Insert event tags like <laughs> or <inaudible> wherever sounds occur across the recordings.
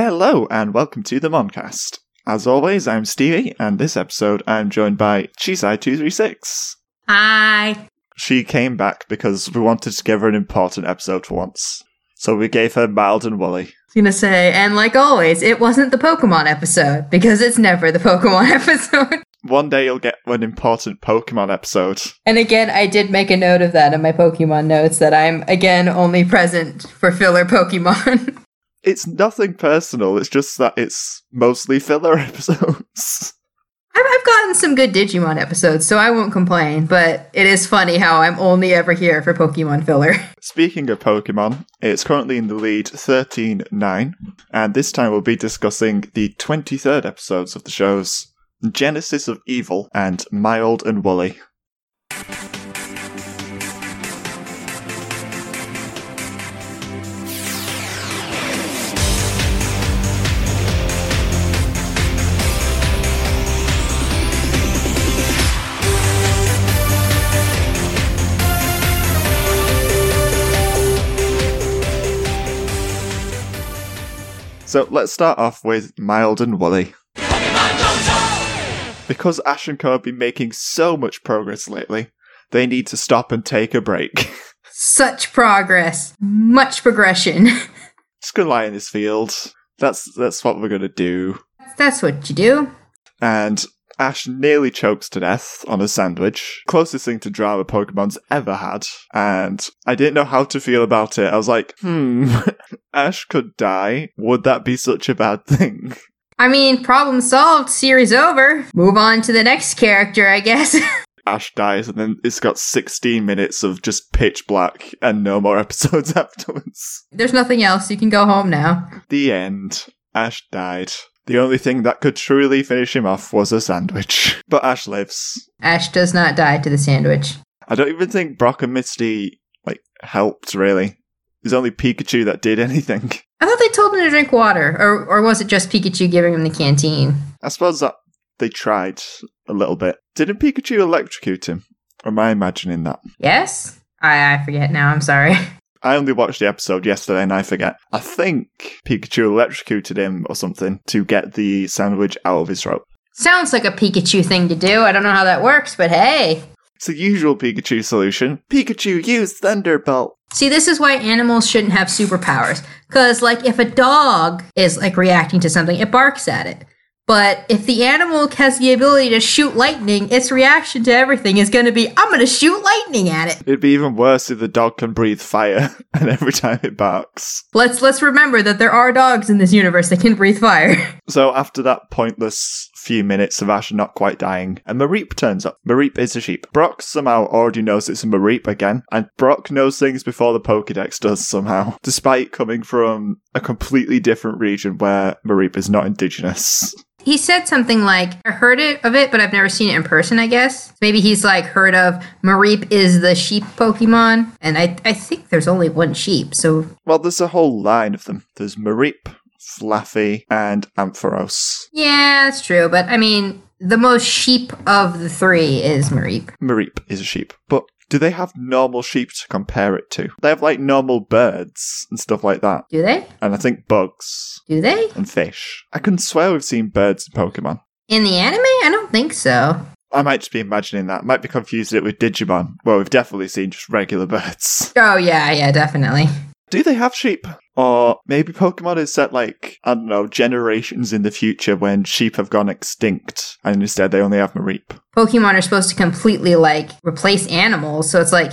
Hello, and welcome to the Moncast. As always, I'm Stevie, and this episode I'm joined by Cheeseye236. Hi. She came back because we wanted to give her an important episode for once. So we gave her Mild and Woolly. I was gonna say, and like always, it wasn't the Pokemon episode because it's never the Pokemon <laughs> episode. One day you'll get an important Pokemon episode. and again, I did make a note of that in my Pokemon notes that I'm again only present for filler Pokemon. <laughs> It's nothing personal, it's just that it's mostly filler <laughs> episodes. I've, I've gotten some good Digimon episodes, so I won't complain. But it is funny how I'm only ever here for Pokemon filler. <laughs> Speaking of Pokemon, it's currently in the lead 13 9, and this time we'll be discussing the 23rd episodes of the shows Genesis of Evil and Mild and Woolly. So let's start off with Mild and Woolly. Because Ash and Co have been making so much progress lately, they need to stop and take a break. <laughs> Such progress, much progression. <laughs> Just gonna lie in this field. That's that's what we're gonna do. That's what you do. and Ash nearly chokes to death on a sandwich. Closest thing to drama Pokemon's ever had. And I didn't know how to feel about it. I was like, hmm, <laughs> Ash could die. Would that be such a bad thing? <laughs> I mean, problem solved, series over. Move on to the next character, I guess. <laughs> Ash dies, and then it's got 16 minutes of just pitch black and no more <laughs> episodes afterwards. There's nothing else. You can go home now. The end. Ash died. The only thing that could truly finish him off was a sandwich. <laughs> But Ash lives. Ash does not die to the sandwich. I don't even think Brock and Misty like helped really. It's only Pikachu that did <laughs> anything. I thought they told him to drink water, or or was it just Pikachu giving him the canteen? I suppose that they tried a little bit. Didn't Pikachu electrocute him? Or am I imagining that? Yes, I I forget now. I'm sorry. <laughs> I only watched the episode yesterday and I forget. I think Pikachu electrocuted him or something to get the sandwich out of his throat. Sounds like a Pikachu thing to do. I don't know how that works, but hey. It's the usual Pikachu solution. Pikachu use Thunderbolt. See, this is why animals shouldn't have superpowers. Because, like, if a dog is, like, reacting to something, it barks at it. But if the animal has the ability to shoot lightning, its reaction to everything is going to be, I'm going to shoot lightning at it. It'd be even worse if the dog can breathe fire <laughs> and every time it barks. Let's let's remember that there are dogs in this universe that can breathe fire. <laughs> So after that pointless few minutes of Ash not quite dying, and Mareep turns up. Mareep is a sheep. Brock somehow already knows it's a Mareep again, and Brock knows things before the Pokedex does somehow, <laughs> despite coming from a completely different region where Mareep is not indigenous. he said something like, I heard it of it, but I've never seen it in person, I guess. Maybe he's like heard of Mareep is the sheep Pokemon. And I I think there's only one sheep, so Well, there's a whole line of them. There's Mareep, Flaffy, and Ampharos. yeah, that's true. But I mean, the most sheep of the three is Mareep. Mareep is a sheep, but do they have normal sheep to compare it to? They have like normal birds and stuff like that, Do they? and I think bugs. Do they? and fish. I can swear we've seen birds in Pokemon. In the anime? I don't think so. I might just be imagining that. Might be confusing it with Digimon. Well, we've definitely seen just regular birds. <laughs> Oh yeah, yeah, definitely. Do they have sheep? Or maybe Pokemon is set like, I don't know, generations in the future when sheep have gone extinct and instead they only have Mareep. Pokemon are supposed to completely like replace animals. So it's like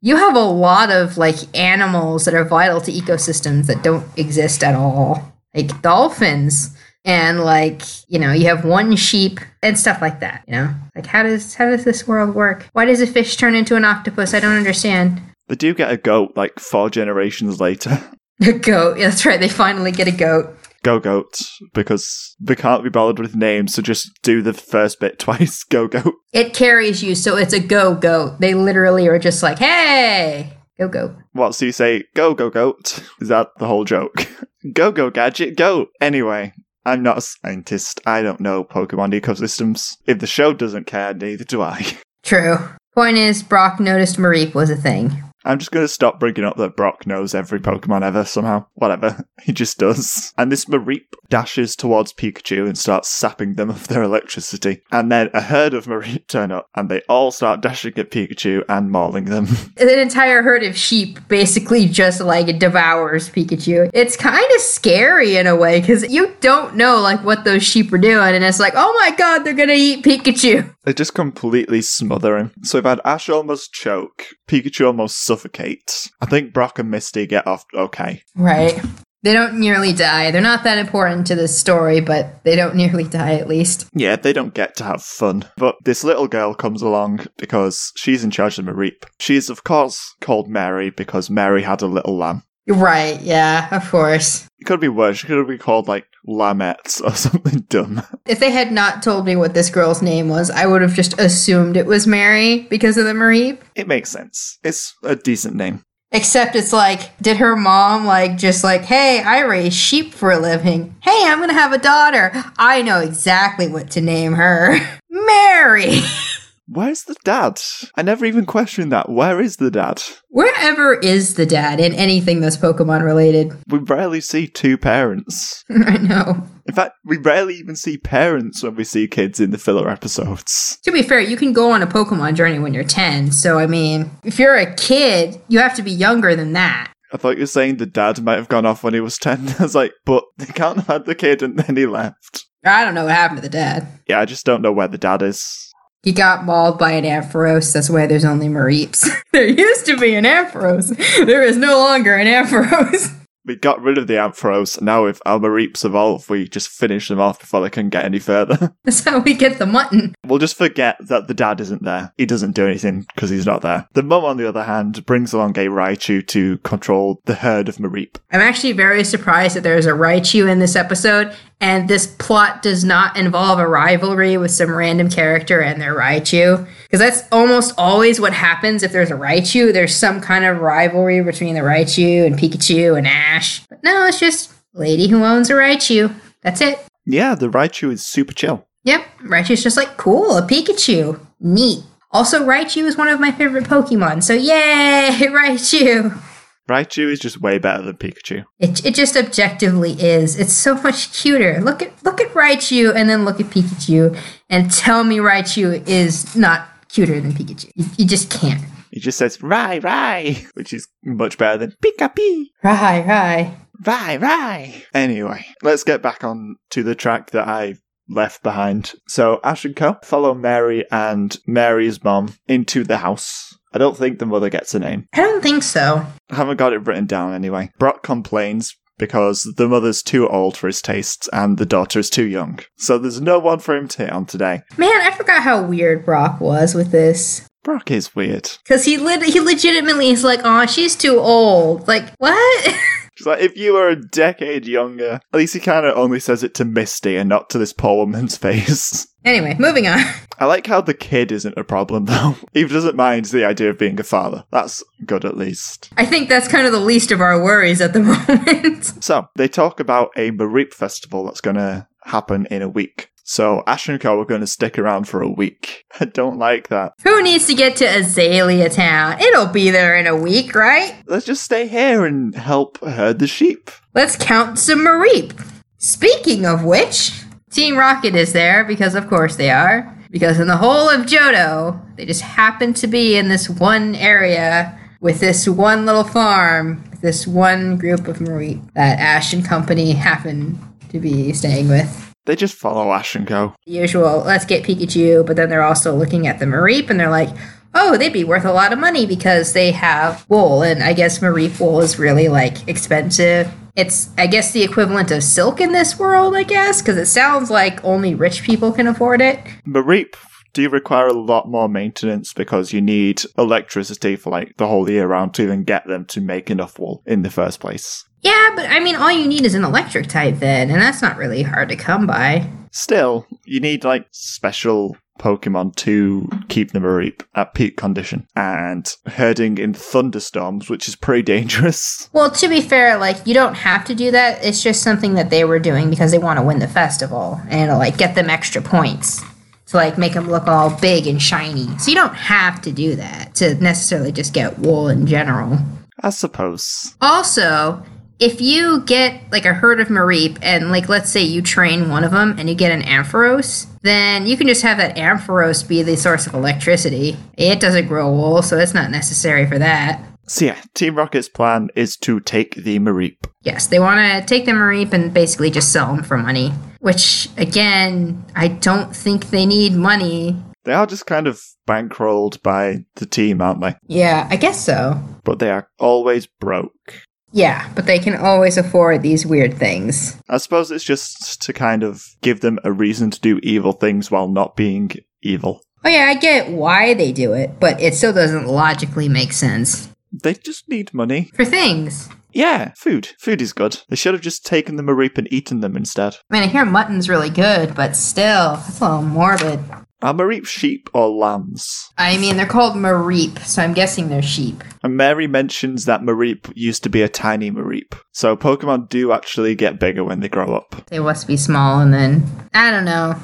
you have a lot of like animals that are vital to ecosystems that don't exist at all, like dolphins and like you know you have one sheep and stuff like that you know like how does how does this world work why does a fish turn into an octopus i don't understand <laughs> They do get a goat like four generations later. <laughs> a goat yeah, that's right they finally get a goat Go goat, because they can't be bothered with names, so just do the first bit <laughs> twice. Go goat. it carries you so it's a go goat they literally are just like hey go goat What, so you say, go, go, <laughs> goat? Is that the whole joke? <laughs> go, go, gadget, go! Anyway, I'm not a scientist. I don't know Pokemon ecosystems. If the show doesn't care, neither do I. <laughs> true point is brock noticed mareep was a thing I'm just going to stop bringing up that Brock knows every Pokemon ever somehow. Whatever. <laughs> He just does. And this Mareep dashes towards Pikachu and starts sapping them of their electricity. And then a herd of Mareep turn up and they all start dashing at Pikachu and mauling them. <laughs> An entire herd of sheep basically just like devours Pikachu. It's kind of scary in a way because you don't know like what those sheep are doing, and it's like, oh my god, they're gonna eat Pikachu. They just completely smother him. So we've had Ash almost choke, Pikachu almost suffocate. I think Brock and Misty get off okay. Right. They don't nearly die. They're not that important to this story, but they don't nearly die at least. Yeah, they don't get to have fun. But this little girl comes along because she's in charge of Mareep. She is, of course, called Mary because Mary had a little lamb. Right, yeah, of course. It could be worse. She could be called, like, Lamette or <laughs> something dumb. If they had not told me what this girl's name was, I would have just assumed it was Mary because of the Marie. It makes sense. It's a decent name. Except it's like, did her mom like just like, hey, I raise sheep for a living. Hey, I'm gonna have a daughter. I know exactly what to name her. <laughs> Mary. <laughs> Where's the dad? I never even questioned that. Where is the dad? Wherever is the dad in anything that's Pokemon related? <laughs> We rarely see two parents. I know. In fact, we rarely even see parents when we see kids in the filler episodes. To be fair, you can go on a Pokemon journey when you're 10. So, I mean, if you're a kid, you have to be younger than that. I thought you were saying the dad might have gone off when he was 10. <laughs> I was like, but they can't have had the kid and then he left. I don't know what happened to the dad. Yeah, I just don't know where the dad is. He got mauled by an Ampharos. That's why there's only Mareeps. <laughs> there used to be an Ampharos. There is no longer an Ampharos. <laughs> We got rid of the Ampharos, and now if our Mareeps evolve, we just finish them off before they can get any further. <laughs> <laughs> That's how we get the mutton. We'll just forget that the dad isn't there. He doesn't do anything because he's not there. The mum, on the other hand, brings along a Raichu to control the herd of Mareep. I'm actually very surprised that there's a Raichu in this episode, and this plot does not involve a rivalry with some random character and their Raichu. Because that's almost always what happens if there's a Raichu. There's some kind of rivalry between the Raichu and Pikachu and Ash. But no, it's just lady who owns a Raichu. That's it. Yeah, the Raichu is super chill. Yep, Raichu's just like, cool, a Pikachu. Neat. Also, Raichu is one of my favorite Pokemon, so yay, <laughs> Raichu! Raichu is just way better than Pikachu. It, it just objectively is. It's so much cuter. Look at look at Raichu and then look at Pikachu and tell me Raichu is not cuter than Pikachu. You, you just can't. He just says Rai Rai, which is much better than Pika Pee. Right, right. Rai Rai. Anyway, let's get back on to the track that I left behind. So Ash and Co follow Mary and Mary's mom into the house. I don't think the mother gets a name. I don't think so. I haven't got it written down anyway. Brock complains because the mother's too old for his tastes and the daughter is too young. So there's no one for him to hit on today. Man, I forgot how weird Brock was with this. Brock is weird. Cause he lit he legitimately is like, oh, she's too old. Like, what? <laughs> She's like, if you were a decade younger. At least he kind of only says it to Misty and not to this poor woman's <laughs> face. anyway, moving on. <laughs> I like how the kid isn't a problem, though. <laughs> He doesn't mind the idea of being a father. That's good, at least. I think that's kind of the least of our worries at the <laughs> moment. So, they talk about a Mareep festival that's going to happen in a week. So, Ash and Co are going to stick around for a week. <laughs> I don't like that. Who needs to get to Azalea Town? It'll be there in a week, right? Let's just stay here and help herd the sheep. Let's count some Mareep. Speaking of which, Team Rocket is there because, of course, they are. Because in the whole of Johto, they just happen to be in this one area with this one little farm, with this one group of Mareep that Ash and company happen to be staying with. They just follow Ash and Co. The usual, let's get Pikachu, but then they're also looking at the Mareep and they're like, oh, they'd be worth a lot of money because they have wool. And I guess Mareep wool is really like expensive. It's, I guess, the equivalent of silk in this world, I guess, because it sounds like only rich people can afford it. Mareep do require a lot more maintenance because you need electricity for like the whole year round to even get them to make enough wool in the first place. Yeah, but I mean, all you need is an electric type then, and that's not really hard to come by. Still, you need like special Pokemon to keep the Mareep at peak condition and herding in thunderstorms, which is pretty dangerous. Well, to be fair, like you don't have to do that. It's just something that they were doing because they want to win the festival and it'll like get them extra points. to like make them look all big and shiny. So you don't have to do that to necessarily just get wool in general. I suppose. Also, if you get like a herd of Mareep and like let's say you train one of them and you get an Ampharos, then you can just have that Ampharos be the source of electricity. It doesn't grow wool, so it's not necessary for that. So yeah, Team Rocket's plan is to take the Mareep. Yes, they want to take the Mareep and basically just sell them for money. Which, again, I don't think they need money. They are just kind of bankrolled by the team, aren't they? Yeah, I guess so. But they are always broke. Yeah, but they can always afford these weird things. I suppose it's just to kind of give them a reason to do evil things while not being evil. Oh, yeah, I get why they do it, but it still doesn't logically make sense. They just need money. For things. Yeah, food. Food is good. They should have just taken the Mareep and eaten them instead. I mean, I hear mutton's really good, but still, that's a little morbid. Are Mareep sheep or lambs? I mean, they're called Mareep, so I'm guessing they're sheep. And Mary mentions that Mareep used to be a tiny Mareep. So Pokemon do actually get bigger when they grow up. They must be small, and then I don't know.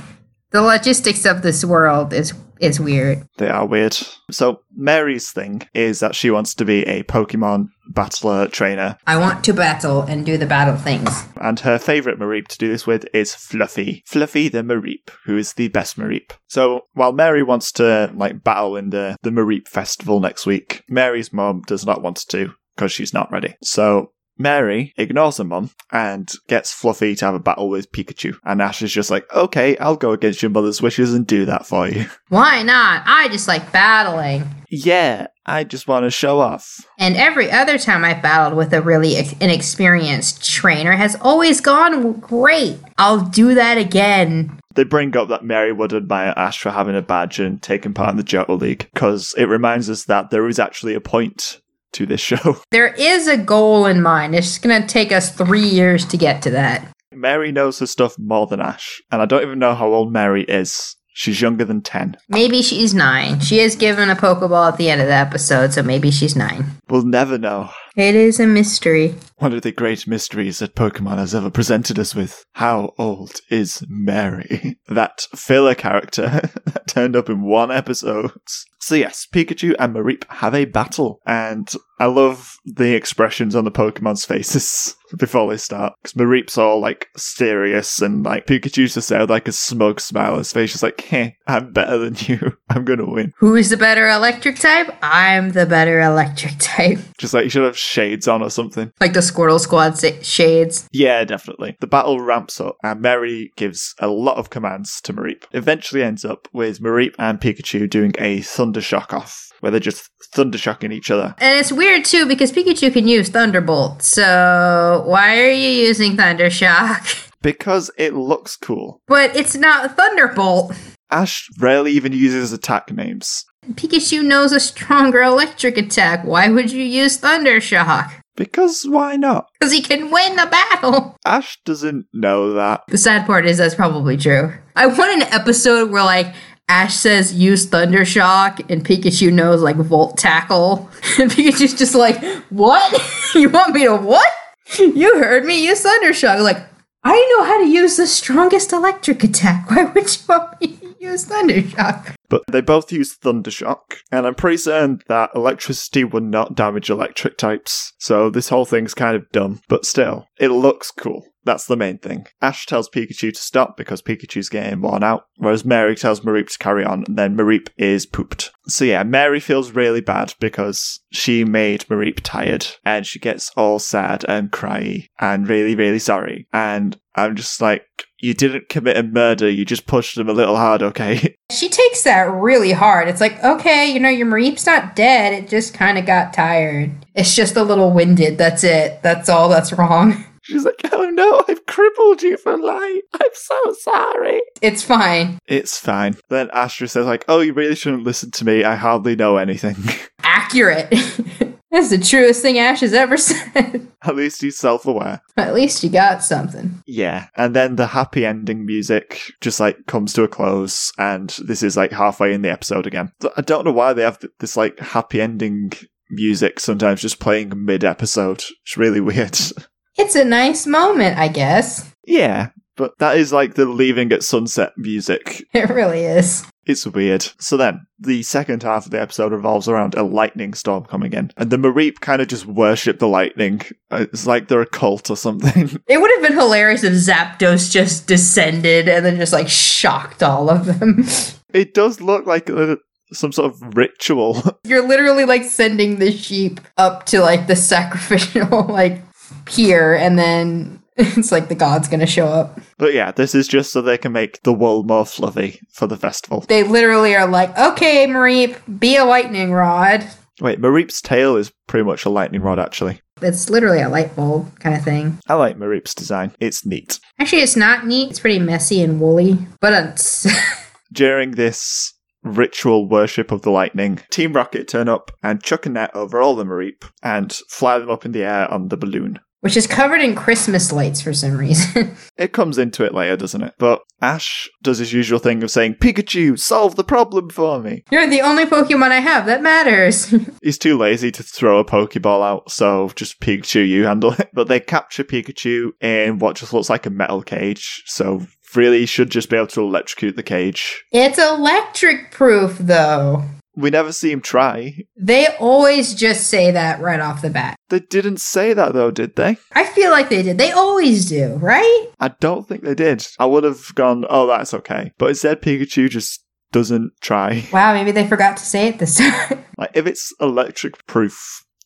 The logistics of this world is is weird. They are weird. So Mary's thing is that she wants to be a Pokemon battler trainer. I want to battle and do the battle things. And her favourite Mareep to do this with is Fluffy. Fluffy the Mareep, who is the best Mareep. So while Mary wants to like battle in the, the Mareep festival next week, Mary's mom does not want to because she's not ready. So Mary ignores her mum and gets Fluffy to have a battle with Pikachu. And Ash is just like, okay, I'll go against your mother's wishes and do that for you. Why not? I just like battling. yeah, I just want to show off. And every other time I've battled with a really ex- inexperienced trainer has always gone great. I'll do that again. They bring up that Mary would admire Ash for having a badge and taking part in the Johto League because it reminds us that there is actually a point to this <laughs> show. There is a goal in mind. It's going to take us three years to get to that. Mary knows her stuff more than Ash, and I don't even know how old Mary is. She's younger than 10. Maybe she's nine. She is given a Pokeball at the end of the episode, so maybe she's nine. We'll never know. It is a mystery. One of the great mysteries that Pokemon has ever presented us with. How old is Mary? <laughs> That filler character <laughs> that turned up in one episode. So yes, Pikachu and Mareep have a battle, and I love the expressions on the Pokemon's faces <laughs> before they start. Because Mareep's all like serious, and like Pikachu's just there with, like a smug smile on his face, just like, "Heh, I'm better than <laughs> you. I'm gonna win." Who is the better electric type? I'm the better electric <laughs> type. Just like you should have shades on or something. Like the Squirtle Squad sa- shades. Yeah, definitely. The battle ramps up, and Mary gives a lot of commands to Mareep. Eventually ends up with Mareep and Pikachu doing a thunder shock off, where they're just thunder shocking each other. And it's weird too because Pikachu can use Thunderbolt. So why are you using Thunder Shock? Because it looks cool. <laughs> But it's not Thunderbolt. Ash rarely even uses attack names. Pikachu knows a stronger electric attack. Why would you use Thunder Shock? Because why not? Because he can win the battle. Ash doesn't know that. The sad part is that's probably true. I want an episode where like Ash says use Thunder Shock and Pikachu knows like Volt Tackle. <laughs> And Pikachu's just like, What? <laughs> you want me to what? You heard me use Thunder Shock. Like, I know how to use the strongest electric attack. <laughs> Why would you want me to use Thunder Shock? But they both use thunder shock, and I'm pretty certain that electricity would not damage electric types. So this whole thing's kind of dumb, but still, it looks cool. That's the main thing. Ash tells Pikachu to stop because Pikachu's getting worn out, whereas Mary tells Mareep to carry on, and then Mareep is pooped. So yeah, Mary feels really bad because she made Mareep tired, and she gets all sad and cryy and really, really sorry. And I'm just like, you didn't commit a murder, you just pushed him a little hard, okay? <laughs> She takes that really hard. It's like, okay, you know, your Mareep's not dead. It just kind of got tired. It's just a little winded. That's it. That's all that's wrong. <laughs> She's like, oh no, I've crippled you for life. I'm so sorry. It's fine. It's fine. Then Astra says, like, oh, you really shouldn't listen to me. I hardly know anything. <laughs> Accurate. <laughs> That's the truest thing Ash has ever <laughs> said. At least he's self aware. At least you got something. Yeah. And then the happy ending music just like comes to a close. And this is like halfway in the episode again. So I don't know why they have th- this like happy ending music sometimes just playing mid episode. It's really <laughs> weird. It's a nice moment, I guess. <laughs> yeah. But that is like the leaving at sunset music. It really is. It's weird. So then, the second half of the episode revolves around a lightning storm coming in, and the Mareep kind of just worship the lightning. Uh, It's like they're a cult or something. <laughs> It would have been hilarious if Zapdos just descended and then just like shocked all of them. <laughs> It does look like uh some sort of ritual. <laughs> You're literally like sending the sheep up to like the <laughs> sacrificial like pier and then <laughs> it's like the god's gonna show up. but yeah, this is just so they can make the wool more fluffy for the festival. They literally are like, okay, Mareep, be a lightning rod. Wait, Mareep's tail is pretty much a lightning rod, actually. It's literally a light bulb kind of thing. I like Mareep's design. It's neat. Actually, it's not neat. It's pretty messy and woolly, but it's <laughs> during this ritual worship of the lightning, Team Rocket turn up and chuck a net over all the Mareep and fly them up in the air on the balloon. which is covered in Christmas lights for some reason. <laughs> It comes into it later, doesn't it? But Ash does his usual thing of saying, Pikachu, solve the problem for me. You're the only Pokemon I have that matters. <laughs> He's too lazy to throw a Pokeball out, so just Pikachu, you handle it. <laughs> But they capture Pikachu in what just looks like a metal cage, so really he should just be able to electrocute the cage. it's electric proof, though. We never see him try. They always just say that right off the bat. They didn't say that though, did they? I feel like they did. They always do, right? I don't think they did. I would have gone, oh, that's okay. But instead, Pikachu just doesn't try. <laughs> Wow, maybe they forgot to say it this <laughs> time. Like, if it's electric proof,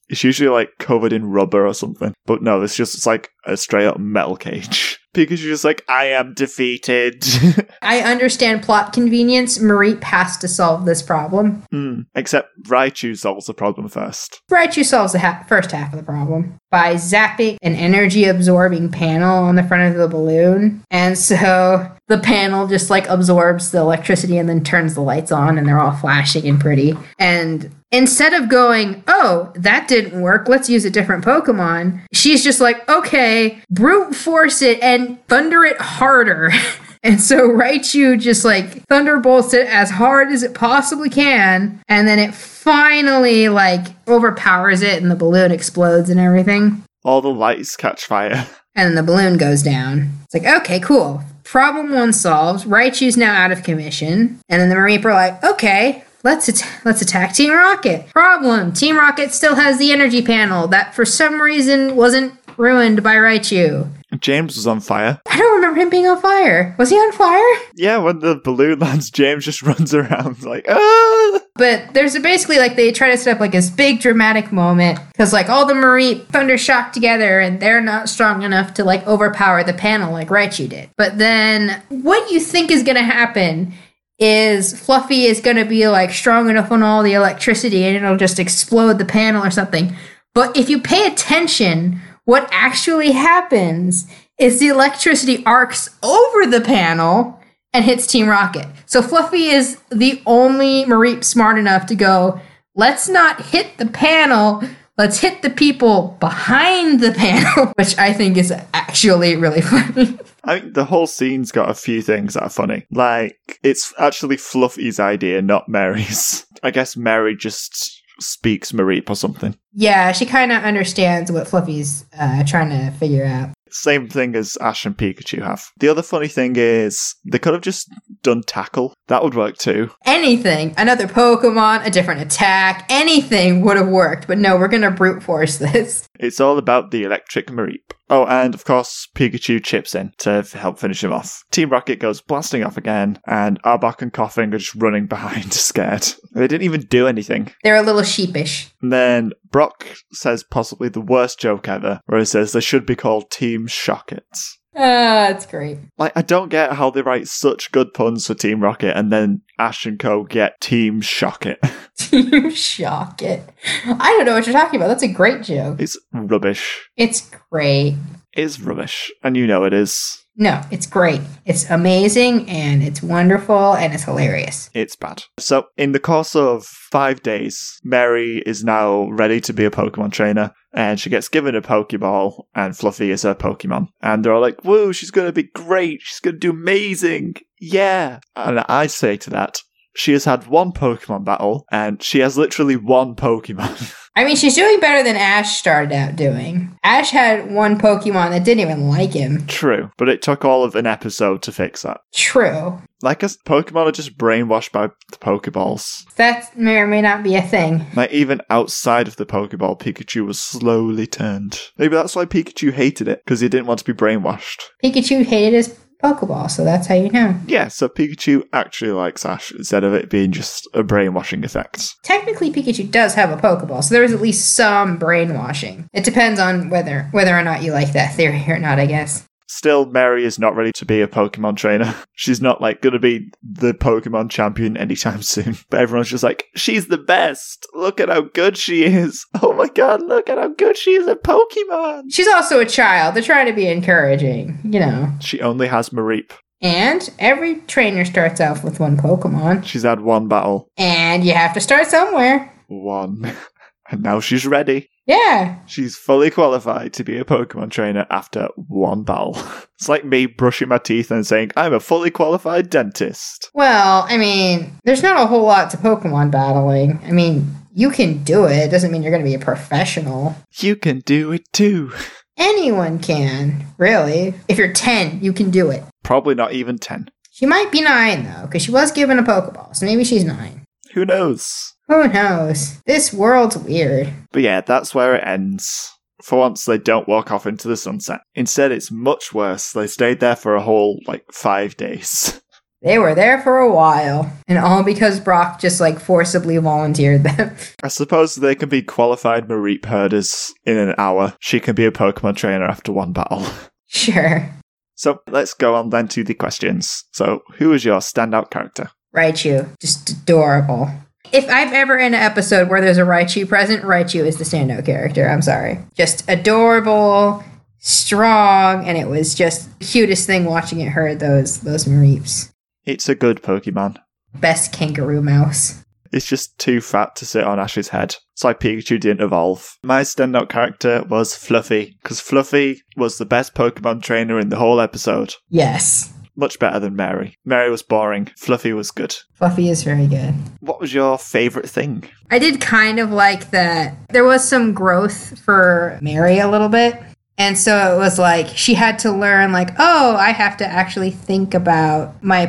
it's usually like covered in rubber or something. But no, it's just it's like a straight up metal cage. <laughs> Pikachu's just like, I am defeated. <laughs> I understand plot convenience. Mareep has to solve this problem. Hmm. Except Raichu solves the problem first. Raichu solves the ha- first half of the problem by zapping an energy absorbing panel on the front of the balloon. And so the panel just like absorbs the electricity and then turns the lights on and they're all flashing and pretty. And instead of going, oh, that didn't work, let's use a different Pokemon, she's just like, okay, brute force it and thunder it harder. <laughs> And so Raichu just like thunderbolts it as hard as it possibly can, and then it finally like overpowers it, and the balloon explodes and everything. All the lights catch fire. <laughs> And then the balloon goes down. It's like, okay, cool. Problem one solved. Raichu's now out of commission. And then the Marine are like, okay, let's at- let's attack Team Rocket. Problem: Team Rocket still has the energy panel that for some reason wasn't ruined by Raichu. James was on fire. I don't remember him being on fire. Was he on fire? Yeah, when the balloon <laughs> lands, James just runs around like, ah! But there's a, basically like they try to set up like this big dramatic moment because like all the Marie thunder shock together and they're not strong enough to like overpower the panel like Raichu did. But then what you think is gonna happen is Fluffy is gonna be like strong enough on all the electricity and it'll just explode the panel or something. But if you pay attention, what actually happens is the electricity arcs over the panel and hits Team Rocket. So Fluffy is the only Mareep smart enough to go, let's not hit the panel, let's hit the people behind the panel, <laughs> which I think is actually really <laughs> funny. I mean, the whole scene's got a few things that are funny. Like, it's actually Fluffy's idea, not Mary's. <laughs> I guess Mary just speaks Mareep or something. yeah, she kind of understands what Fluffy's uh, trying to figure out. Same thing as Ash and Pikachu have. The other funny thing is, they could have just done tackle. That would work too. Anything, another Pokemon, a different attack, anything would have worked, but no, we're gonna brute force <laughs> this. It's all about the electric Mareep. Oh, and of course, Pikachu chips in to f- help finish him off. Team Rocket goes blasting off again, and Arbok and Coughing are just running <laughs> behind, scared. They didn't even do anything. They're a little sheepish. And then Brock says possibly the worst joke ever, where he says they should be called Team Shockets. Ah, it's great. <laughs> Like, I don't get how they write such good puns for Team Rocket and then Ash and Co. get Team Shocket. <laughs> Team shock it. I don't know what you're talking about. That's a great joke. It's rubbish. It's great. It's rubbish. And you know it is. No, it's great. It's amazing and it's wonderful and it's hilarious. It's bad. So, in the course of five days, Mary is now ready to be a Pokemon trainer, and she gets given a Pokeball, and Fluffy is her Pokemon. And they're all like, woo, she's going to be great. She's going to do amazing. Yeah. And I say to that, she has had one Pokemon <laughs> battle, and she has literally one Pokemon. I mean, she's doing better than Ash started out doing. Ash had one Pokemon that didn't even like him. True, but it took all of an episode to fix that. True. Like, us Pokemon are just brainwashed by the Pokeballs. That may or may not be a thing. Like, even outside of the Pokeball, Pikachu was slowly turned. Maybe that's why Pikachu hated it, because he didn't want to be brainwashed. Pikachu hated his Pokeball, so that's how you know. Yeah, so Pikachu actually likes Ash instead of it being just a brainwashing effect. Technically, Pikachu does have a Pokeball, so there is at least some brainwashing. It depends on whether whether or not you like that theory or not, I guess. Still, Mary is not ready to be a Pokemon trainer. <laughs> She's not like gonna be the Pokemon champion anytime <laughs> soon. But everyone's just like, she's the best. Look at how good she is. <laughs> Oh my god, look at how good she is at Pokemon. She's also a child. They're trying to be encouraging, you know. She only has Mareep. And every trainer starts off with one Pokemon, She's had one battle. and you have to start somewhere. One. <laughs> and now she's ready. Yeah, She's fully qualified to be a Pokemon trainer after one battle. <laughs> it's like me brushing my teeth and saying, I'm a fully qualified dentist. Well, I mean, there's not a whole lot to Pokemon battling. I mean, you can do it. Doesn't mean you're going to be a professional. You can do it too. Anyone can, really. If you're 10, you can do it. Probably not even 10. She might be 9, though, because she was given a Pokeball, so maybe she's 9. Who knows? Who knows? This world's weird. But yeah, that's where it ends. For once, they don't walk off into the sunset. Instead, it's much worse. They stayed there for a whole, like, five days. <laughs> They were there for a while, and all because Brock just like forcibly volunteered them. <laughs> I suppose they can be qualified Mareep herders in an hour. She can be a Pokemon trainer after one battle. sure. So let's go on then to the questions. So, who is your standout character? Raichu. Just adorable. If I've ever in an episode where there's a Raichu present, Raichu is the standout character. I'm sorry. Just adorable, strong, and it was just the cutest thing watching it herd those those Mareeps. It's a good Pokemon. Best kangaroo mouse. It's just too fat to sit on Ash's head. It's like Pikachu didn't evolve. My standout character was Fluffy, because Fluffy was the best Pokemon trainer in the whole episode. Yes. Much better than Mary. Mary was boring. Fluffy was good. Fluffy is very good. What was your favourite thing? I did kind of like that. There was some growth for Mary a little bit. And so it was like she had to learn like, "Oh, I have to actually think about my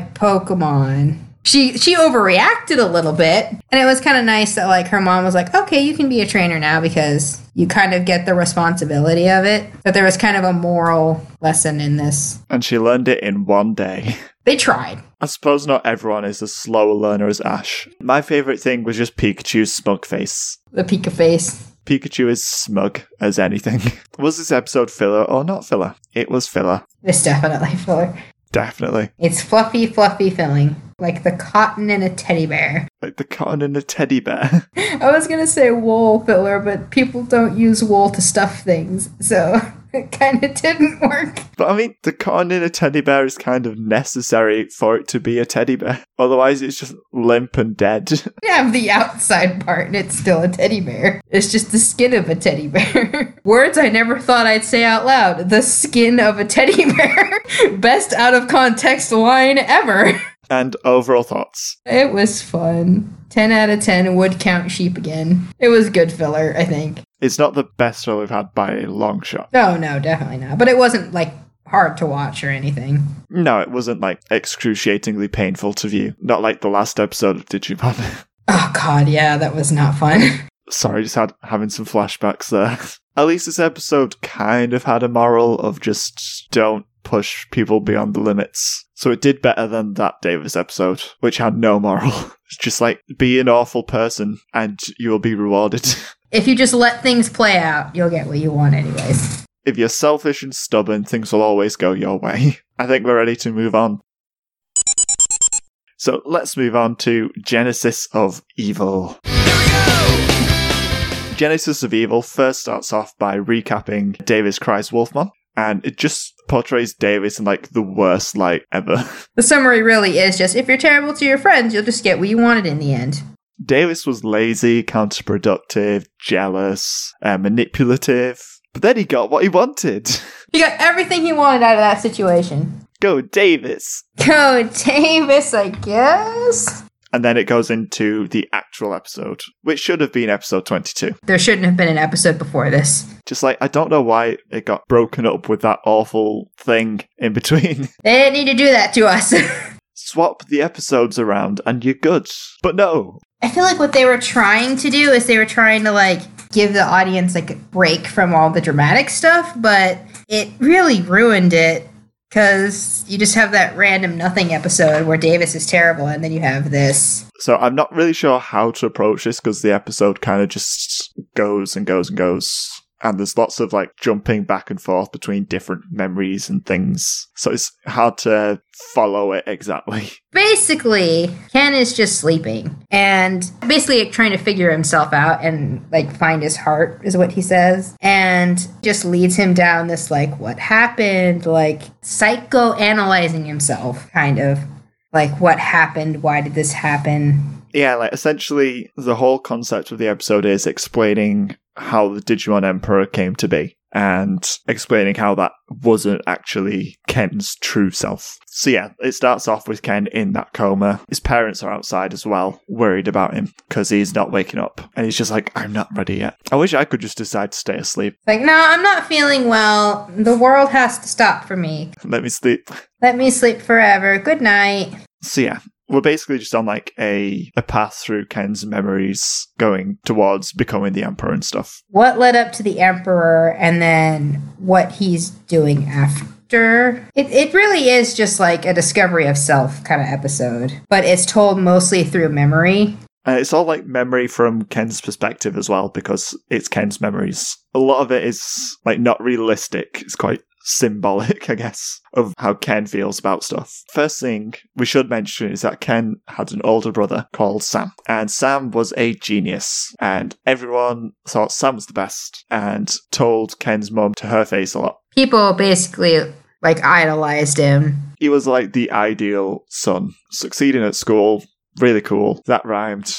Pokemon." She she overreacted a little bit. And it was kind of nice that like her mom was like, "Okay, you can be a trainer now because you kind of get the responsibility of it." That there was kind of a moral lesson in this. And she learned it in one day. <laughs> They tried. I suppose not everyone is as slow a learner as Ash. My favourite thing was just Pikachu's smug face. The Pika face. Pikachu is smug as anything. <laughs> was this episode filler or not filler? It was filler. This definitely <laughs> filler. Definitely. It's fluffy, fluffy filling, like the cotton in a teddy bear. Like the cotton and the teddy bear. <laughs> I was gonna say wool filler, but people don't use wool to stuff things, so <laughs> it kind of didn't work. but I mean, the cotton in a teddy bear is kind of necessary for it to be a teddy bear. <laughs> Otherwise, it's just limp and dead. <laughs> You have the outside part, and it's still a teddy bear. It's just the skin of a teddy bear. <laughs> Words I never thought I'd say out loud: the skin of a teddy <laughs> bear. Best out of context line ever. <laughs> and overall thoughts. It was fun. 10 out of 10 would count sheep again. It was good filler, I think. It's not the best one we've had by a long shot. No, no, definitely not. But it wasn't like hard to watch or anything. No, it wasn't like excruciatingly painful to view. Not like the last episode of Digimon. <laughs> Oh god, yeah, that was not fun. <laughs> sorry, just had having some flashbacks there. <laughs> At least this episode kind of had a moral of just don't push people beyond the limits. So it did better than that Davis episode, which had no moral. <laughs> It's just like be an awful person and you will be rewarded. <laughs> if you just let things play out, you'll get what you want anyways. if you're selfish and stubborn, things will always go your way. <laughs> I think we're ready to move on. So let's move on to Genesis of Evil. Genesis of Evil first starts off by recapping Davis cries Wolfman, and it just portrays Davis in like the worst light ever. <laughs> The summary really is just if you're terrible to your friends, you'll just get what you wanted in the end. Davis was lazy, counterproductive, jealous, uh, manipulative, but then he got what he wanted. <laughs> He got everything he wanted out of that situation. <laughs> go, Davis! Go Davis, I guess. And then it goes into the actual episode, which should have been episode 22. There shouldn't have been an episode before this. Just like, I don't know why it got broken up with that awful thing in between. <laughs> They didn't need to do that to us. <laughs> Swap the episodes around and you're good. But no, I feel like what they were trying to do is they were trying to like give the audience like a break from all the dramatic stuff, but it really ruined it because you just have that random nothing episode where Davis is terrible, and then you have this. So I'm not really sure how to approach this because the episode kind of just goes and goes and goes. And there's lots of like jumping back and forth between different memories and things. So it's hard to follow it exactly. <laughs> Basically, Ken is just sleeping and basically trying to figure himself out and like find his heart, is what he says. And just leads him down this like, what happened? Like, psychoanalyzing himself, kind of. Like, what happened? Why did this happen? Yeah, like essentially the whole concept of the episode is explaining how the Digimon Emperor came to be and explaining how that wasn't actually Ken's true self. So yeah, it starts off with Ken in that coma. His parents are outside as well, worried about him because he's not waking up. And he's just like, I'm not ready yet. I wish I could just decide to stay asleep. Like, no, I'm not feeling well. The world has to stop for me. Let me sleep. Let me sleep forever. Good night. So yeah, we're basically just on like a a path through Ken's memories going towards becoming the emperor and stuff. What led up to the emperor and then what he's doing after? It, it really is just like a discovery of self kind of episode, but it's told mostly through memory. Uh, it's all like memory from Ken's perspective as well because it's Ken's memories. A lot of it is like not realistic. It's quite symbolic, <laughs> I guess, of how Ken feels about stuff. First thing we should mention is that Ken had an older brother called Sam, and Sam was a genius, and everyone thought Sam was the best, and told Ken's mum to her face a lot. People basically like idolized him. <laughs> He was like the ideal son, succeeding at school, really cool. That rhymed.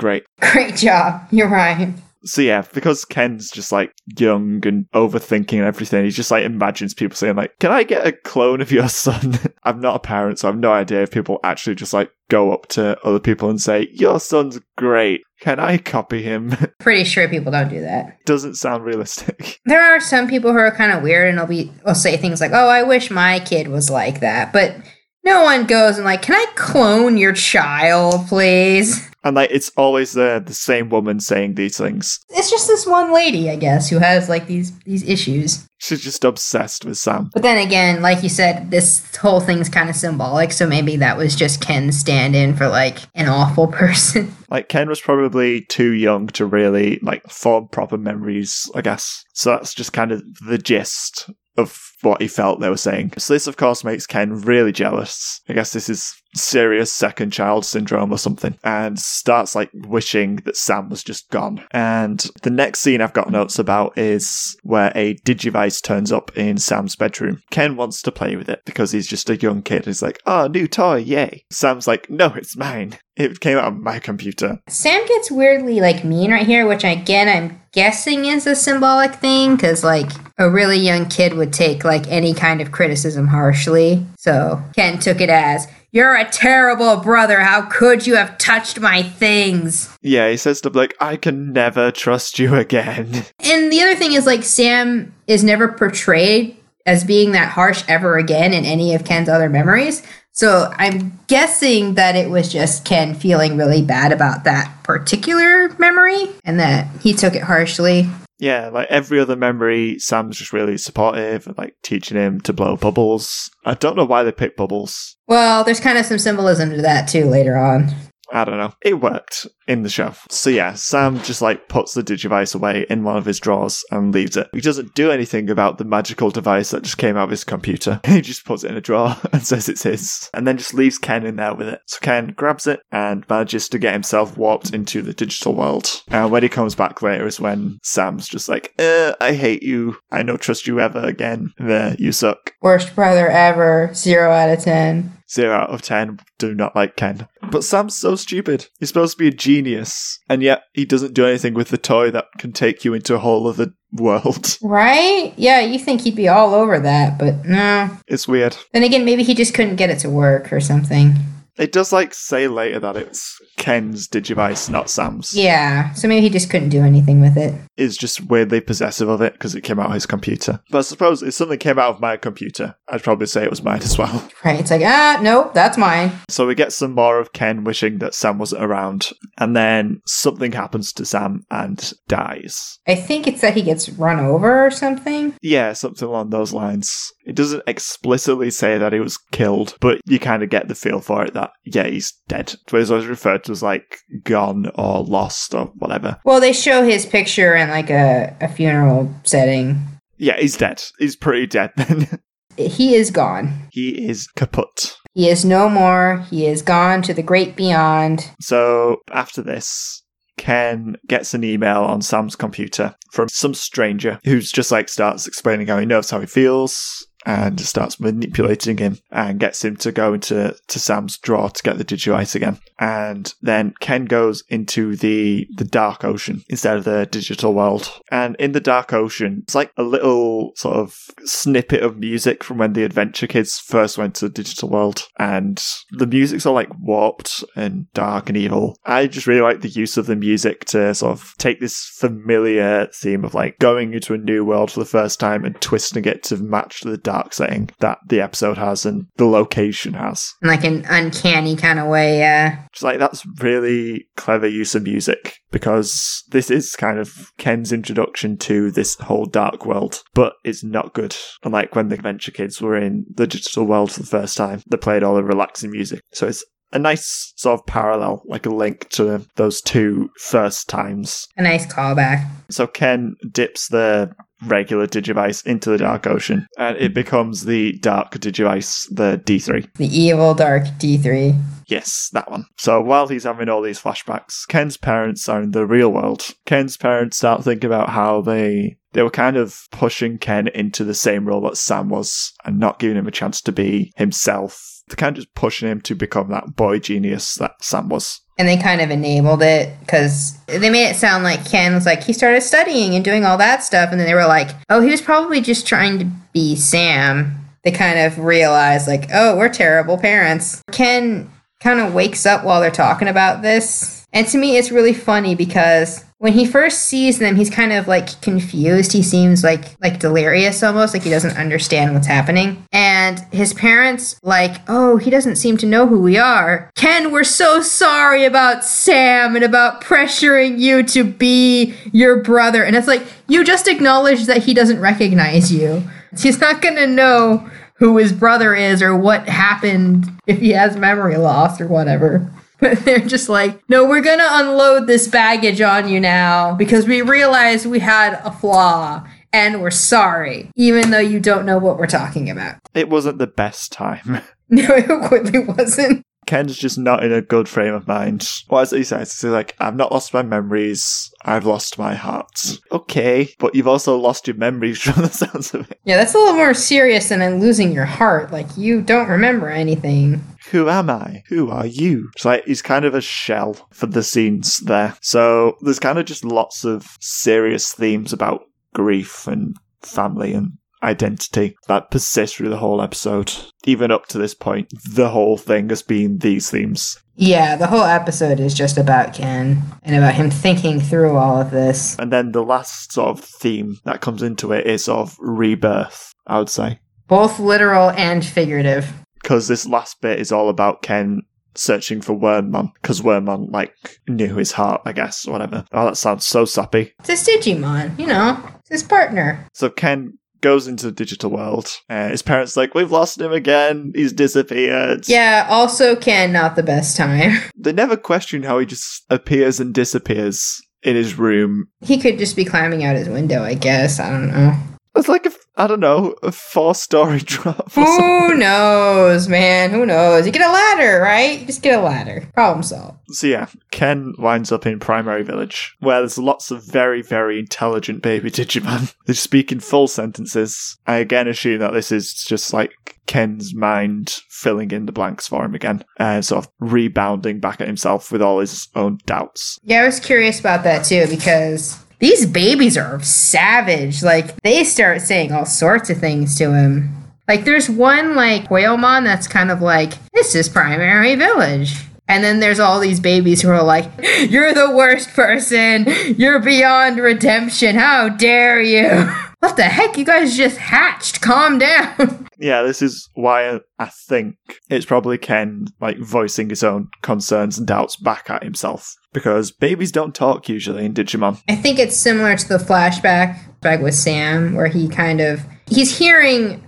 Great. Great job. You're right. So yeah, because Ken's just like young and overthinking and everything, he just like imagines people saying like, "Can I get a clone of your <laughs> son?" I'm not a parent, so I've no idea if people actually just like go up to other people and say, "Your son's great. Can I copy him?" <laughs> Pretty sure people don't do that. Doesn't sound realistic. <laughs> There are some people who are kind of weird and will be will say things like, "Oh, I wish my kid was like that," but no one goes and like, "Can I clone your child, please?" And like, it's always the the same woman saying these things. It's just this one lady, I guess, who has like these these issues. She's just obsessed with Sam. But then again, like you said, this whole thing's kind of symbolic, so maybe that was just Ken's stand-in for like an awful <laughs> person. Like Ken was probably too young to really like form proper memories, I guess. So that's just kind of the gist of what he felt they were saying. So this, of course, makes Ken really jealous. I guess this is serious second child syndrome or something, and starts like wishing that Sam was just gone. And the next scene I've got notes about is where a Digivice turns up in Sam's bedroom. Ken wants to play with it because he's just a young kid. He's like, "Oh, new toy, yay!" Sam's like, "No, it's mine. It came out of my computer." Sam gets weirdly like mean right here, which again I'm guessing is a symbolic thing because like a really young kid would take like any kind of criticism harshly. So Ken took it as. You're a terrible brother. How could you have touched my things? Yeah, he says stuff like, "I can never trust you again." <laughs> And the other thing is, like, Sam is never portrayed as being that harsh ever again in any of Ken's other memories. So I'm guessing that it was just Ken feeling really bad about that particular memory and that he took it harshly. Yeah, like every other memory, Sam's just really supportive, and, like teaching him to blow bubbles. I don't know why they picked bubbles. Well, there's kind of some symbolism to that too later on. I don't know. It worked in the show. So yeah, Sam just like puts the digivice away in one of his drawers and leaves it. He doesn't do anything about the magical device that just came out of his computer. <laughs> he just puts it in a drawer <laughs> and says it's his. And then just leaves Ken in there with it. So Ken grabs it and manages to get himself warped into the digital world. And when he comes back later is when Sam's just like, uh, I hate you. I don't trust you ever again. There, you suck. Worst brother ever. Zero out of ten zero out of ten do not like Ken. But Sam's so stupid. He's supposed to be a genius, and yet he doesn't do anything with the toy that can take you into a whole other <laughs> world. Right? Yeah, you think he'd be all over that, but no. It's weird. Then again, maybe he just couldn't get it to work or something. It does like say later that it's Ken's Digivice, not Sam's. Yeah. So maybe he just couldn't do anything with it. Is just weirdly possessive of it because it came out of his computer. But I suppose if something came out of my computer, I'd probably say it was mine as well. <laughs> Right. It's like, ah, nope, that's mine. So we get some more of Ken wishing that Sam wasn't around, and then something happens to Sam and dies. I think it's that he gets run over or something. Yeah, something along those lines. It doesn't explicitly say that he was killed, but you kind of get the feel for it that, yeah, he's dead. But he's always referred to as like gone or lost or whatever. Well, they show his picture in like a, a funeral setting. Yeah, he's dead. He's pretty dead then. <laughs> He is gone. he is kaput. He is no more. He is gone to the great beyond. So after this, Ken gets an email on Sam's computer from some stranger who's just like starts explaining how he knows how he feels and starts manipulating him and gets him to go into to Sam's drawer to get the digitite again. And then Ken goes into the the dark ocean instead of the digital world. And in the dark ocean, it's like a little sort of snippet of music from when the adventure kids first went to the digital world and the music's all like warped and dark and evil. I just really like the use of the music to sort of take this familiar theme of like going into a new world for the first time and twisting it to match the dark setting that the episode has and the location has. In like an uncanny kind of way, uh, yeah. It's like that's really clever use of music because this is kind of Ken's introduction to this whole dark world, but it's not good. And like when the Adventure Kids were in the digital world for the first time, they played all the relaxing music. So it's a nice sort of parallel, like a link to those two first times. A nice callback. So Ken dips the regular Digivice into the dark ocean and it becomes the dark Digivice, the D3. The evil dark D3. Yes, that one. So while he's having all these flashbacks, Ken's parents are in the real world. Ken's parents start thinking about how they they were kind of pushing Ken into the same role that Sam was and not giving him a chance to be himself. They're kind of just pushing him to become that boy genius that Sam was. And they kind of enabled it because they made it sound like Ken was like, he started studying and doing all that stuff. And then they were like, oh, he was probably just trying to be Sam. They kind of realized, like, oh, we're terrible parents. Ken kind of wakes up while they're talking about this. And to me, it's really funny because when he first sees them, he's kind of like confused. He seems like like delirious almost, like he doesn't understand what's happening. And his parents like, "Oh, he doesn't seem to know who we are." Ken, we're so sorry about Sam and about pressuring you to be your brother. And it's like, you just acknowledge that he doesn't recognize you. He's not going to know who his brother is or what happened if he has memory loss or whatever. But <laughs> they're just like, no, we're gonna unload this baggage on you now because we realized we had a flaw and we're sorry, even though you don't know what we're talking about. <laughs> It wasn't the best time. <laughs> No, it quickly wasn't. Ken's just not in a good frame of mind. What is it he says? He's like, I've not lost my memories, I've lost my heart. Okay, but you've also lost your memories <laughs> from the sounds of it. Yeah, that's a little more serious than in losing your heart. Like, you don't remember anything. Who am I? Who are you? It's like he's kind of a shell for the scenes there. So there's kind of just lots of serious themes about grief and family and identity that persist through the whole episode. Even up to this point, the whole thing has been these themes. Yeah, the whole episode is just about Ken and about him thinking through all of this. And then the last sort of theme that comes into it is of rebirth, I would say. Both literal and figurative. Because this last bit is all about Ken searching for Wormmon, because Wormmon, like, knew his heart, I guess, or whatever. Oh, that sounds so sappy. It's his Digimon, you know, it's his partner. So Ken goes into the digital world. Uh, his parents like, we've lost him again. He's disappeared. Yeah, also Ken, not the best time. They never question how he just appears and disappears in his room. He could just be climbing out his window, I guess. I don't know. It's like, a, f- I don't know, a four-story <laughs> drop. or something. Who knows, man? Who knows? You get a ladder, right? You just get a ladder. Problem solved. So yeah, Ken winds up in Primary Village, where there's lots of very, very intelligent baby <laughs> Digimon. They speak in full sentences. I again assume that this is just like Ken's mind filling in the blanks for him again, and sort of rebounding back at himself with all his own doubts. Yeah, I was curious about that too because these babies are savage. Like they start saying all sorts of things to him. Like there's one like whalemon that's kind of like, this is primary village. And then there's all these babies who are like, <laughs> You're the worst person. You're beyond redemption. How dare you? <laughs> What the heck? You guys just hatched. Calm down. <laughs> Yeah, this is why I think it's probably Ken like voicing his own concerns and doubts back at himself because babies don't talk usually in Digimon. I think it's similar to the flashback back with Sam, where he kind of he's hearing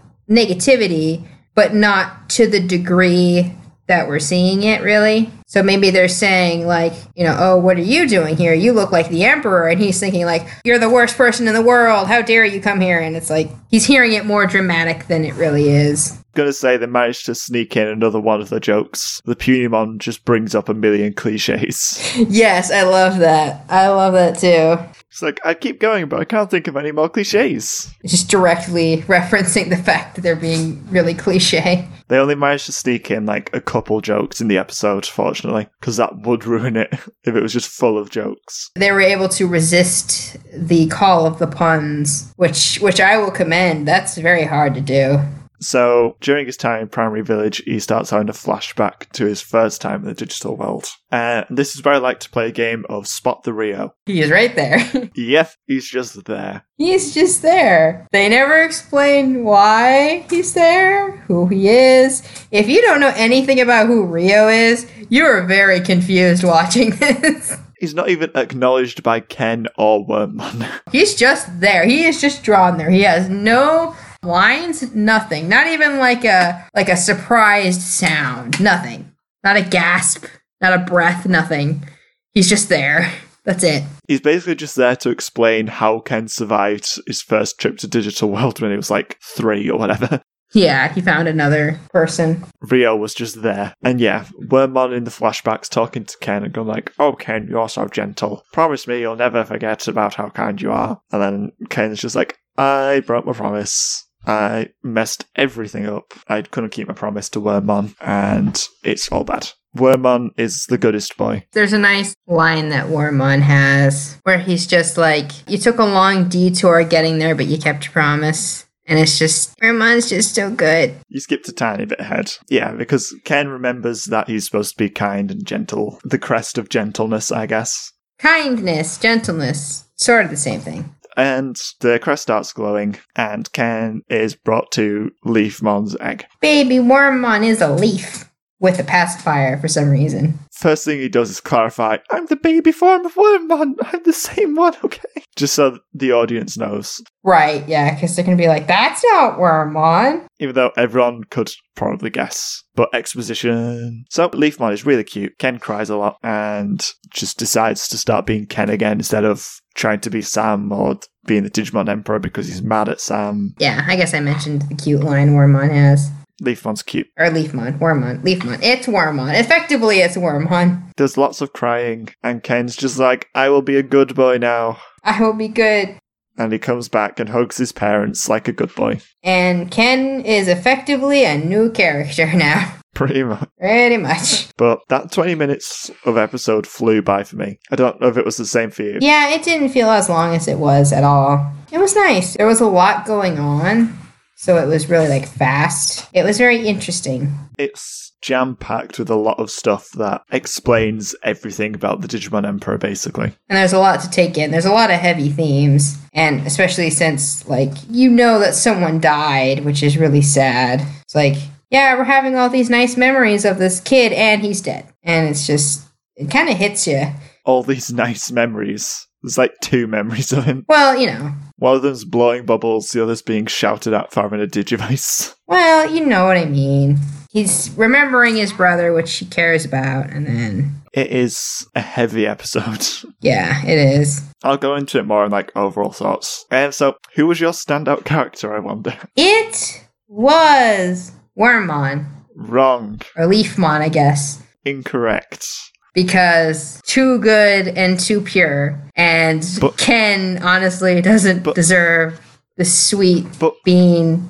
negativity, but not to the degree that we're seeing it really. So maybe they're saying like, you know, oh, what are you doing here? You look like the emperor, and he's thinking like, you're the worst person in the world. How dare you come here? And it's like he's hearing it more dramatic than it really is. Gonna say they managed to sneak in another one of the jokes. The Punimon just brings up a million cliches. <laughs> Yes, I love that. I love that too. It's like I keep going, but I can't think of any more cliches. Just directly <laughs> referencing the fact that they're being really cliche. They only managed to sneak in like a couple jokes in the episode, fortunately, because that would ruin it <laughs> if it was just full of jokes. They were able to resist the call of the puns, which which I will commend. That's very hard to do. So during his time in Primary Village, he starts having a flashback to his first time in the digital world. Uh, and this is where I like to play a game of Spot the Rio. He is right there. <laughs> Yep, he's just there. He's just there. They never explain why he's there, who he is. If you don't know anything about who Rio is, you're very confused watching <laughs> this. He's not even acknowledged by Ken or <laughs> Wormman. He's just there. He is just drawn there. He has no lines, nothing. Not even like a like a surprised sound. Nothing. Not a gasp, not a breath, nothing. He's just there. That's it. He's basically just there to explain how Ken survived his first trip to Digital World when he was like three or whatever. <laughs> Yeah, he found another person. Rio was just there. And yeah, Wormmon in the flashbacks talking to Ken and going like, Oh Ken, you're so gentle. Promise me you'll never forget about how kind you are. And then Ken's just like, I broke my promise. I messed everything up. I couldn't keep my promise to Wormmon, and it's all bad. Wormmon is the goodest boy. There's a nice line that Warmon has where he's just like, You took a long detour getting there, but you kept your promise. And it's just, Warmon's just so good. You skipped a tiny bit ahead. Yeah, because Ken remembers that he's supposed to be kind and gentle. The crest of gentleness, I guess. Kindness, gentleness, sort of the same thing and the crest starts glowing, and Ken is brought to Leafmon's egg. Baby Wormmon is a leaf with a pacifier for some reason. First thing he does is clarify, I'm the baby form of Wormmon, I'm the same one, <laughs> okay? Just so the audience knows. Right, yeah, because they're going to be like, that's not Wormmon. Even though everyone could probably guess. But exposition. So Leafmon is really cute. Ken cries a lot and just decides to start being Ken again instead of trying to be Sam or being the Digimon Emperor because he's mad at Sam. Yeah, I guess I mentioned the cute line Wormmon has. Leafmon's cute. Or Leafmon, Wormmon, Leafmon. It's Wormmon. Effectively, it's Wormmon. There's lots of crying, and Ken's just like, I will be a good boy now. I will be good. And he comes back and hugs his parents like a good boy. <laughs> And Ken is effectively a new character <laughs> now. Pretty much. Pretty much. But that 20 minutes of episode flew by for me. I don't know if it was the same for you. Yeah, it didn't feel as long as it was at all. It was nice. There was a lot going on. So it was really like fast. It was very interesting. It's jam packed with a lot of stuff that explains everything about the Digimon Emperor, basically. And there's a lot to take in. There's a lot of heavy themes. And especially since, like, you know that someone died, which is really sad. It's like, yeah, we're having all these nice memories of this kid and he's dead. And it's just, it kind of hits you. All these <laughs> nice memories. There's like two memories of him. Well, you know, One of them's blowing bubbles, the other's being shouted at for having a digivice. <laughs> well, you know what I mean. He's remembering his brother, which he cares about. And then, It is a heavy episode. <laughs> yeah, it is. I'll go into it more in like overall thoughts. And so, who was your standout character, I wonder? <laughs> It was Wormmon, Wrong. or Leafmon, I guess. Incorrect. because too good and too pure. And But- Ken honestly doesn't But- deserve the sweet But- bean.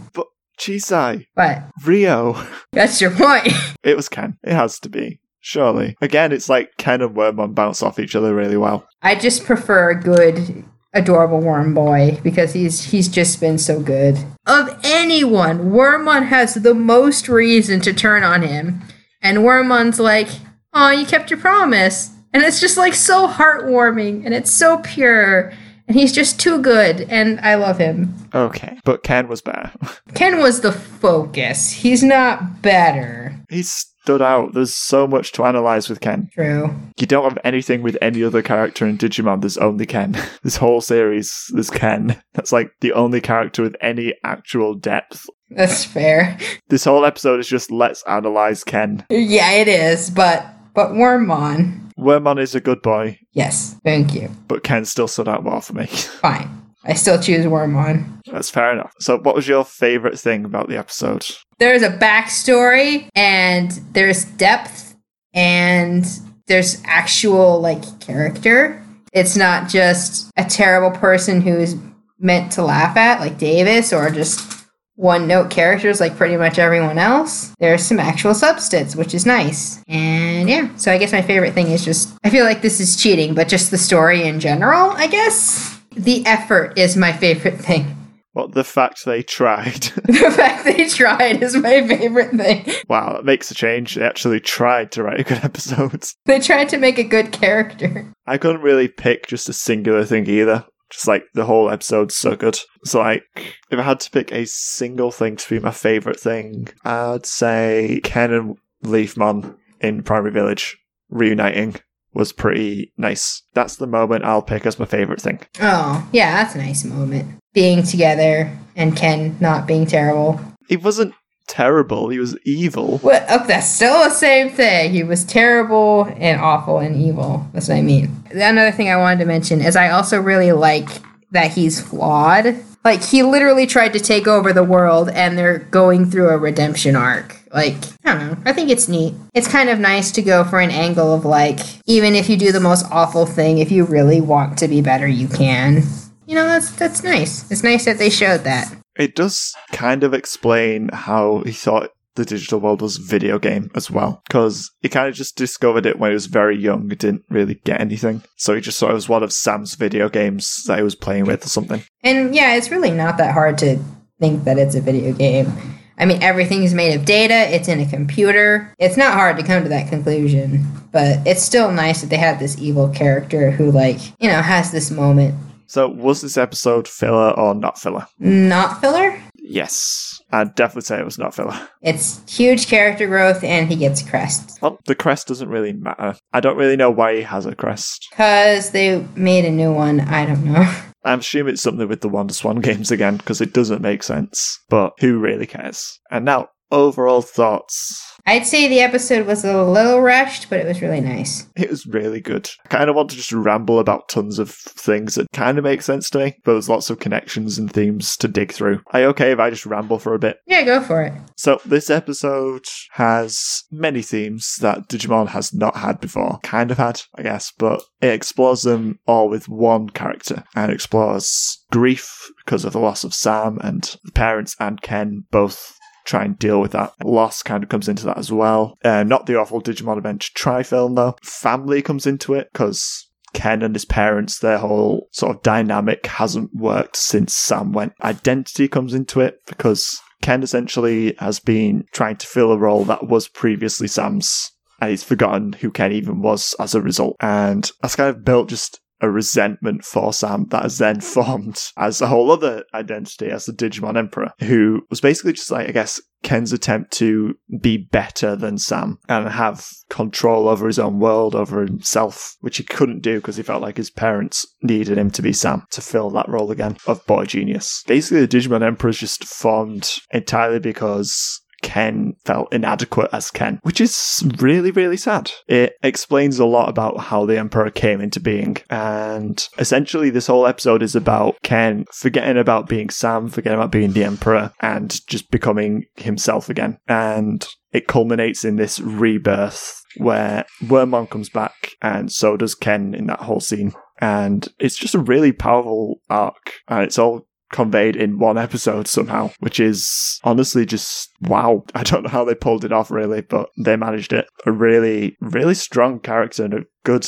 Chisai. But Rio. that's your point. <laughs> It was Ken. It has to be. Surely. Again, it's like Ken and Wormmon bounce off each other really well. I just prefer a good, adorable worm boy because he's he's just been so good. Of anyone, Wormmon has the most reason to turn on him. And Wormmund's like, "Oh, you kept your promise." And it's just like so heartwarming, and it's so pure, and he's just too good, and I love him. Okay. But Ken was better. <laughs> Ken was the focus. He's not better. he stood out. There's so much to analyze with Ken. True. You don't have anything with any other character in Digimon. There's only Ken. <laughs> This whole series, there's Ken. <laughs> That's like the only character with any actual depth. That's fair. This whole episode is just let's analyze Ken. Yeah, it is, but but Wormmon. Wormmon is a good boy, Yes, thank you. but Ken still stood out more for me. <laughs> Fine. I still choose Wormmon. That's fair enough. So, what was your favorite thing about the episode? there's a backstory and there's depth and there's actual like character. It's not just a terrible person who's meant to laugh at like Davis or just one note characters like pretty much everyone else. There's some actual substance, which is nice. And yeah, so I guess my favorite thing is just I feel like this is cheating, but just the story in general, I guess. The effort is my favorite thing. <laughs> Well, the fact they <laughs> tried. The fact they tried is my favorite thing. wow, that makes a change. They actually tried to write <laughs> a good episode. <laughs> They tried to make a good character. I couldn't really pick just a singular thing either. Just like the whole episode's so good. So like, if I had to pick a single thing to be my favorite thing, I'd say Ken and Leafmon in Primary Village reuniting was pretty nice. That's the moment I'll pick as my favorite thing. Oh, yeah, that's a nice moment. Being together and Ken not being terrible. He wasn't terrible. He was evil. What? Oh, that's still the same thing. He was terrible and awful and evil. That's what I mean. Another thing I wanted to mention is I also really like that he's flawed. Like, he literally tried to take over the world and they're going through a redemption arc. Like, I don't know. I think it's neat. It's kind of nice to go for an angle of like, even if you do the most awful thing, if you really want to be better, you can. You know, that's that's nice. It's nice that they showed that. It does kind of explain how he thought the digital world was a video game as well, because he kind of just discovered it when he was very young. He didn't really get anything, so he just thought it was one of Sam's video games that he was playing with or something. And yeah, it's really not that hard to think that it's a video game. I mean, everything's made of data, it's in a computer. It's not hard to come to that conclusion, but it's still nice that they have this evil character who, like, you know, has this moment. So, was this episode filler or not filler? Not filler? Yes, I'd definitely say it was not filler. It's huge character growth, and he gets a crest. Well, the crest doesn't really matter. I don't really know why he has a crest. Because they made a new one, I don't know. <laughs> I'm assuming it's something with the Wonder Swan <laughs> games again, because it doesn't make sense. But who really cares? And now, overall thoughts. I'd say the episode was a little rushed, but it was really nice. <laughs> It was really good. I kind of want to just ramble about tons of things that kind of make sense to me, but there's lots of connections and themes to dig through. Are you okay if I just ramble for a bit? Yeah, go for it. So, this episode has many themes that Digimon has not had before. Kind of had, I guess, but it explores them all with one character and explores grief because of the loss of Sam and the parents and Ken both try and deal with that. Loss kind of comes into that as well. Uh, not the awful Digimon Adventure Tri film, though. Family comes into it because Ken and his parents, their whole sort of dynamic hasn't worked since Sam went. Identity comes into it because Ken essentially has been trying to fill a role that was previously Sam's. And he's forgotten who Ken even was as a result. And that's kind of built just a resentment for Sam that has then <laughs> formed as a whole other identity as the Digimon Emperor, who was basically just like, I guess, Ken's attempt to be better than Sam and have control over his own world, over himself, which he couldn't do because he felt like his parents needed him to be Sam to fill that role again of boy genius. Basically, the Digimon Emperor is just formed entirely because Ken felt inadequate as Ken, which is really, really sad. It explains a lot about how the Emperor came into being. And essentially, this whole episode is about Ken forgetting about being Sam, forgetting about being the Emperor, and just becoming himself again. And it culminates in this rebirth where Wormmon comes back, and so does Ken in that whole scene. And it's just a really powerful arc, and it's all conveyed in one episode somehow, which is honestly just wow. I don't know how they pulled it off really, but they managed it. A really, really strong character and a good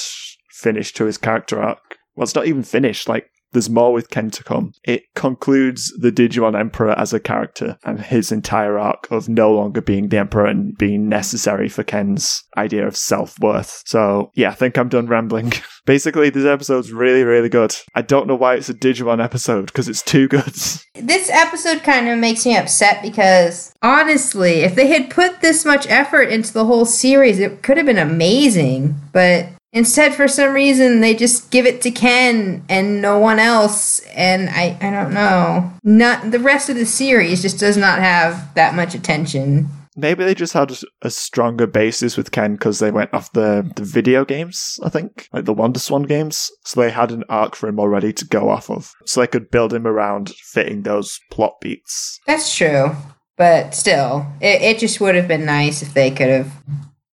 finish to his character arc. Well, it's not even finished, like, There's more with Ken to come. It concludes the Digimon Emperor as a character and his entire arc of no longer being the Emperor and being necessary for Ken's idea of self worth. So, yeah, I think I'm done rambling. <laughs> Basically, this episode's really, really good. I don't know why it's a Digimon episode because it's too good. <laughs> This episode kind of makes me upset because honestly, if they had put this much effort into the whole series, it could have been amazing. But instead, for some reason, they just give it to Ken and no one else. And I, I don't know. Not the rest of the series just does not have that much attention. Maybe they just had a stronger basis with Ken because they went off the, the video games, I think, like the Wonder Swan games. So they had an arc for him already to go off of. So they could build him around fitting those plot beats. That's true. But still, it, it just would have been nice if they could have.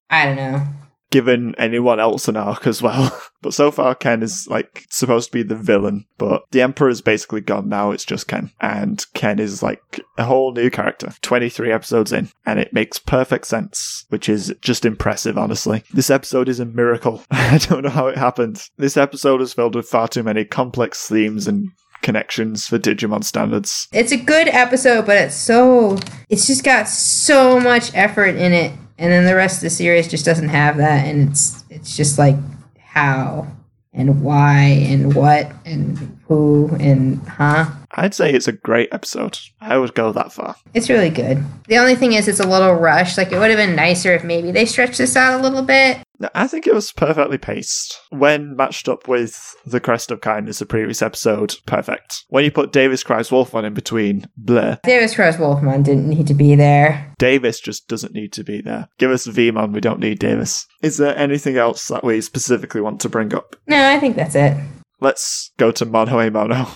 I don't know. Given anyone else an arc as well. <laughs> but so far, Ken is like supposed to be the villain, but the Emperor is basically gone now. It's just Ken. And Ken is like a whole new character, 23 episodes in, and it makes perfect sense, which is just impressive, honestly. This episode is a miracle. <laughs> I don't know how it happened. This episode is filled with far too many complex themes and connections for Digimon standards. It's a good episode, but it's so. It's just got so much effort in it. And then the rest of the series just doesn't have that. And it's it's just like how and why and what and who and huh. I'd say it's a great episode. I would go that far. It's really good. The only thing is, it's a little rushed. Like, it would have been nicer if maybe they stretched this out a little bit. No, I think it was perfectly paced. When matched up with The Crest of Kindness, the previous episode, perfect. When you put Davis Cries Wolfman in between, bleh. Davis Cross Wolfman didn't need to be there. Davis just doesn't need to be there. Give us Vemon, we don't need Davis. Is there anything else that we specifically want to bring up? No, I think that's it. Let's go to e Monoe Mono.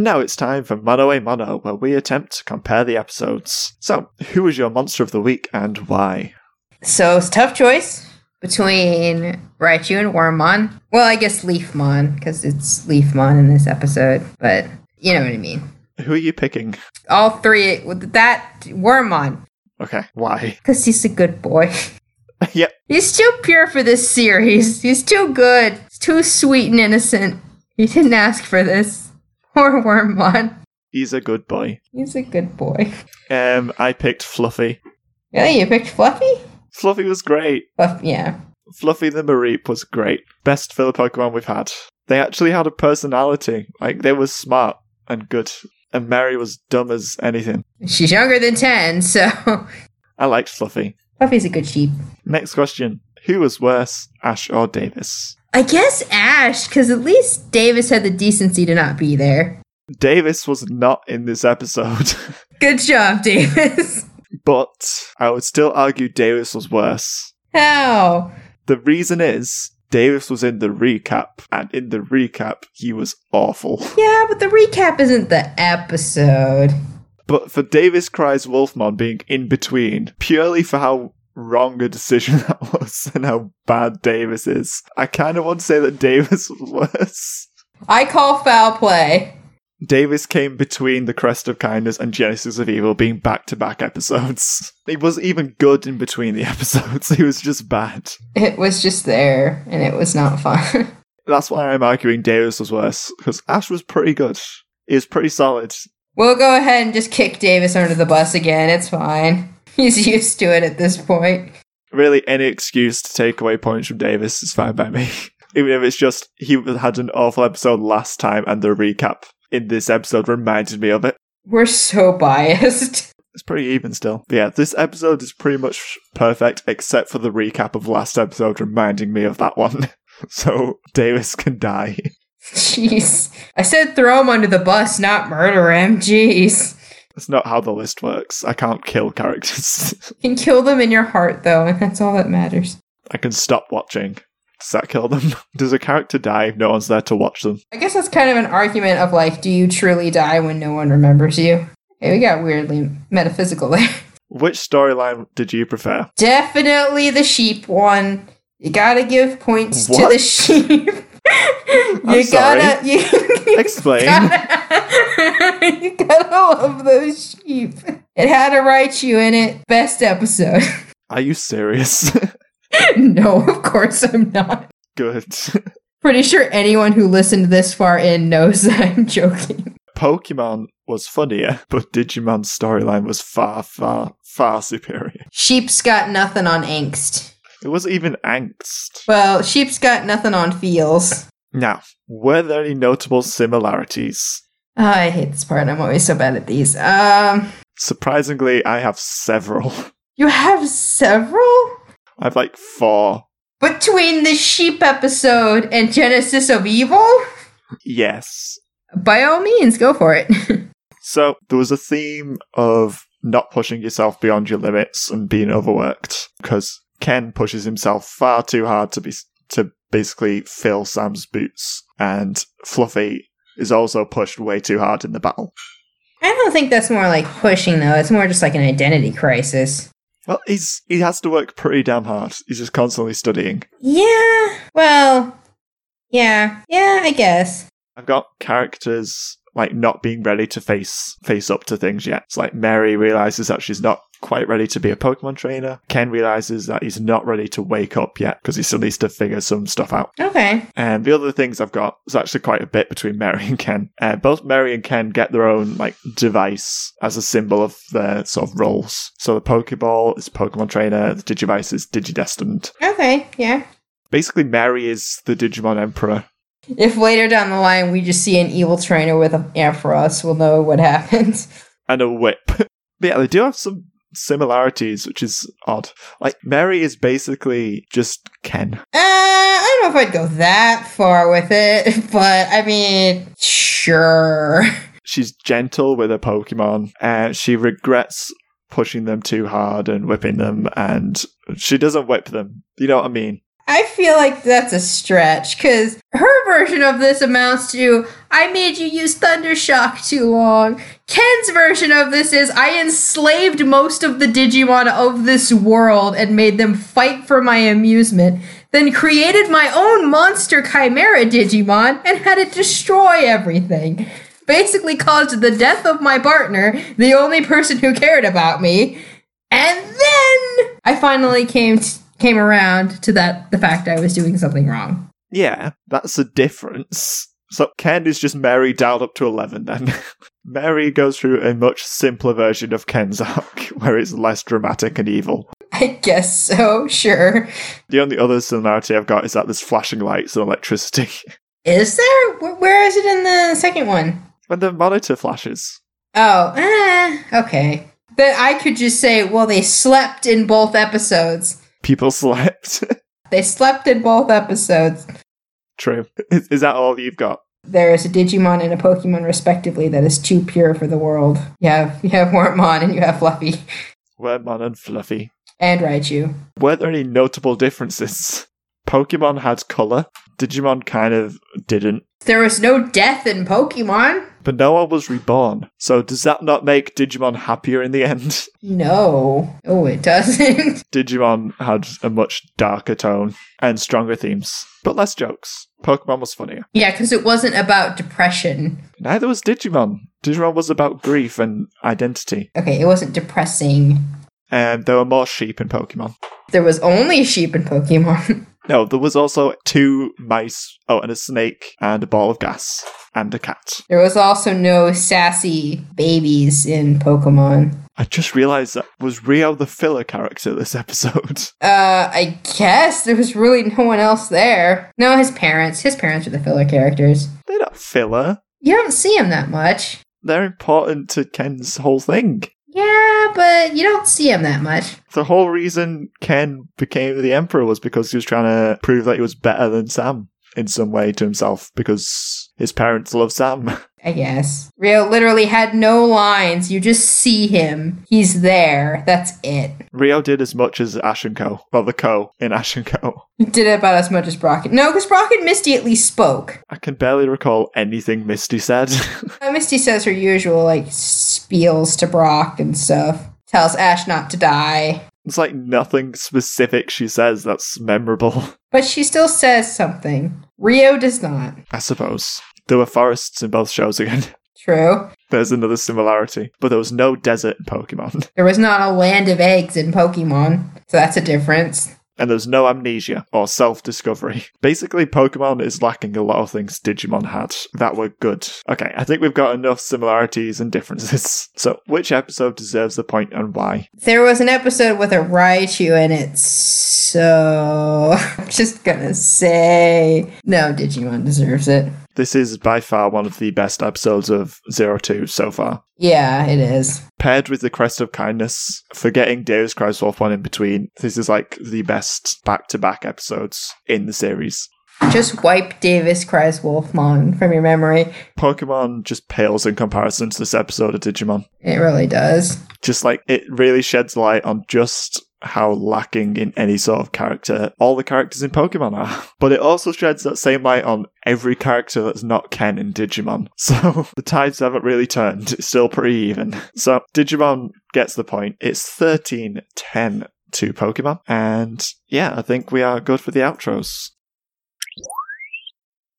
Now it's time for Mono a Mono, where we attempt to compare the episodes. So, who was your monster of the week and why? So, it's a tough choice between Raichu and Wormmon. Well, I guess Leafmon, because it's Leafmon in this episode, but you know what I mean. Who are you picking? All three, with that, Wormmon, Okay, why? <laughs> because he's a good boy. <laughs> yep, He's too pure for this series. He's too good. He's too sweet and innocent. He didn't ask for this. <laughs> Poor Wormmon. he's a good boy. He's a good boy. <laughs> Um, I picked Fluffy. Really? You picked Fluffy? Fluffy was great. Fluff, yeah. Fluffy the Mareep was great. Best filler Pokemon we've had. They actually had a personality. Like, they were smart and good. And Mary was dumb as anything. She's younger than 10, so. <laughs> I liked Fluffy. Fluffy's a good sheep. Next question. Who was worse, Ash or Davis? I guess Ash, because at least Davis had the decency to not be there. Davis was not in this episode, <laughs> Good job, <laughs> Davis. but I would still argue Davis was worse. How? The reason is Davis was in the recap, and in the recap, he was awful. <laughs> Yeah, but the recap isn't the episode. But for Davis Cries Wolfman being in between, purely for how wrong a decision <laughs> that was and how bad Davis is, I kind of want to say that Davis <laughs> was worse. I call foul play. Davis came between The Crest of Kindness and Genesis of Evil being back to back episodes. <laughs> He wasn't even good in between the <laughs> episodes, he was just bad. It was just there, and it was not fun. <laughs> That's why I'm arguing Davis was worse, because Ash was pretty good. He was pretty solid. We'll go ahead and just kick Davis under the bus again. It's fine. <laughs> He's used to it at this point. Really, any excuse to take away points from Davis is fine by me. <laughs> Even if it's just he had an awful episode last time and the recap in this episode reminded me of it. We're so <laughs> biased. It's pretty even still. But yeah, this episode is pretty much perfect except for the recap of last episode reminding me of that one. <laughs> So Davis can die. <laughs> Jeez. I said throw him under the bus, not murder him. Jeez. That's not how the list works. I can't kill characters. <laughs> You can kill them in your heart, though, and that's all that matters. I can stop watching. Does that kill them? <laughs> Does a character die if no one's there to watch them? I guess that's kind of an argument of like, do you truly die when no one remembers you? Okay, we got weirdly metaphysical there. <laughs> Which storyline did you prefer? Definitely the sheep one. You gotta give points What? to the sheep. <laughs> you I'm sorry. gotta <laughs> you, Explain. gotta <laughs> you gotta love those sheep. It had a Raichu in it. Best episode. <laughs> Are you serious? <laughs> no, of course I'm not. good. <laughs> Pretty sure anyone who listened this far in knows <laughs> that I'm joking. Pokemon was funnier, but Digimon's storyline was far, far, far superior. Sheep's got nothing on angst. It wasn't even angst. Well, sheep's got nothing on feels. Now, were there any notable similarities? Oh, I hate this part. I'm always so bad at these. Um, Surprisingly, I have several. <laughs> you have several, I have like four. between the sheep episode and Genesis of Evil. Yes. By all means, go for it. <laughs> So there was a theme of not pushing yourself beyond your limits and being overworked because Ken pushes himself far too hard to be to basically fill Sam's boots, and Fluffy is also pushed way too hard in the battle. I don't think that's more like pushing though. It's more just like an identity crisis. Well, he's he has to work pretty damn hard. He's just constantly studying. Yeah. Well. Yeah. Yeah. I guess. I've got characters like not being ready to face face up to things yet. It's like Mary realizes that she's not quite ready to be a Pokemon trainer. Ken realizes that he's not ready to wake up yet because he still needs to figure some stuff out. Okay. And the other things I've got is actually quite a bit between <laughs> Mary and Ken. Uh, both Mary and Ken get their own like device as a symbol of their sort of roles. So the Pokeball is Pokemon trainer. The Digivice is Digidestined. Okay. Yeah. Basically, Mary is the Digimon Emperor. If later down the line we just see an evil trainer with an air for us, we'll know what <laughs> happened. and a whip. <laughs> but yeah, they do have some similarities, which is odd. Like Mary is basically just Ken. Uh, I don't know if I'd go that far with it, <laughs> but I mean, sure. <laughs> She's gentle with her Pokemon, and she regrets pushing them too hard and whipping them, and she doesn't whip them. You know what I mean? I feel like that's a stretch because her version of this amounts to I made you use Thunder Shock too long. Ken's version of this is I enslaved most of the Digimon of this world and made them fight for my amusement, then created my own monster Chimera Digimon and had it destroy everything. Basically, caused the death of my partner, the only person who cared about me. And then I finally came t- came around to that the fact I was doing something wrong. <laughs> Yeah, that's the difference. So Ken is just Mary dialed up to eleven. Then <laughs> Mary goes through a much simpler version of Ken's arc, <laughs> where it's less dramatic and evil. I guess so, sure. The only other similarity I've got is that there's flashing lights and electricity. <laughs> Is there? Wh- Where is it in the second one? when the monitor flashes. Oh, eh, okay. Then I could just say, well, they slept in both episodes. People <laughs> slept. They slept in both episodes. True. Is, is that all you've got? There is a Digimon and a Pokemon, respectively, that is too pure for the world. You have you have Wormmon and you have Fluffy Wormmon and Fluffy. and Raichu. Were there any notable differences? Pokemon had colour. Digimon kind of didn't. There was no death in Pokemon. But no one was reborn. So does that not make Digimon happier in the end? <laughs> No, oh, it doesn't. <laughs> Digimon had a much darker tone and stronger themes, but less jokes. Pokemon was funnier. Yeah, because it wasn't about depression. Neither was Digimon. Digimon was about grief and identity. Okay, it wasn't depressing. and there were more sheep in Pokemon. There was only sheep in Pokemon. <laughs> No, there was also two mice, oh, and a snake, and a ball of gas, and a cat. there was also no sassy babies in Pokemon. I just realised that was Rio the filler character this <laughs> episode. Uh, I guess there was really no one else there. No, his parents. His parents are the filler characters. They're not filler. You don't see him that much. They're important to Ken's whole thing. Yeah, but you don't see him that much. The whole reason Ken became the Emperor was because he was trying to prove that he was better than Sam in some way to himself because his parents love Sam. <laughs> I guess. Rio literally had no lines. You just see him. He's there. That's it. Rio did as much as Ash and Co. Well, the Co in Ash and Co. Did about as much as Brock. No, because Brock and Misty at least spoke. I can barely recall anything Misty said. <laughs> Uh, Misty says her usual like spiels to Brock and stuff. Tells Ash not to die, It's like nothing specific she says that's memorable, <laughs> but she still says something. Rio does not. I suppose. There were forests in both shows again. <laughs> True. There's another similarity, but there was no desert in Pokemon. <laughs> There was not a land of eggs in Pokemon, so that's a difference. and there's no amnesia or self discovery. <laughs> Basically, Pokemon is lacking a lot of things Digimon had that were good. Okay, I think we've got enough similarities and differences. <laughs> So, which episode deserves the point and why? There was an episode with a Raichu in it, so <laughs> I'm just gonna say no. Digimon deserves it. This is by far one of the best episodes of Zero Two so far. Yeah, it is. Paired with the Crest of Kindness, forgetting Deus Cryswolf one in between, this is like the best back to back episodes in the series. Just wipe Davis cries Wolfmon from your memory. Pokemon just pales in comparison to this episode of Digimon. It really does. Just like it really sheds light on just how lacking in any sort of character all the characters in Pokemon are. <laughs> But it also sheds that same light on every character that's not Ken in Digimon. <laughs> So the tides haven't really turned. It's still pretty even. <laughs> So Digimon gets the point. It's 13 10 to Pokemon. And yeah, I think we are good for the outros.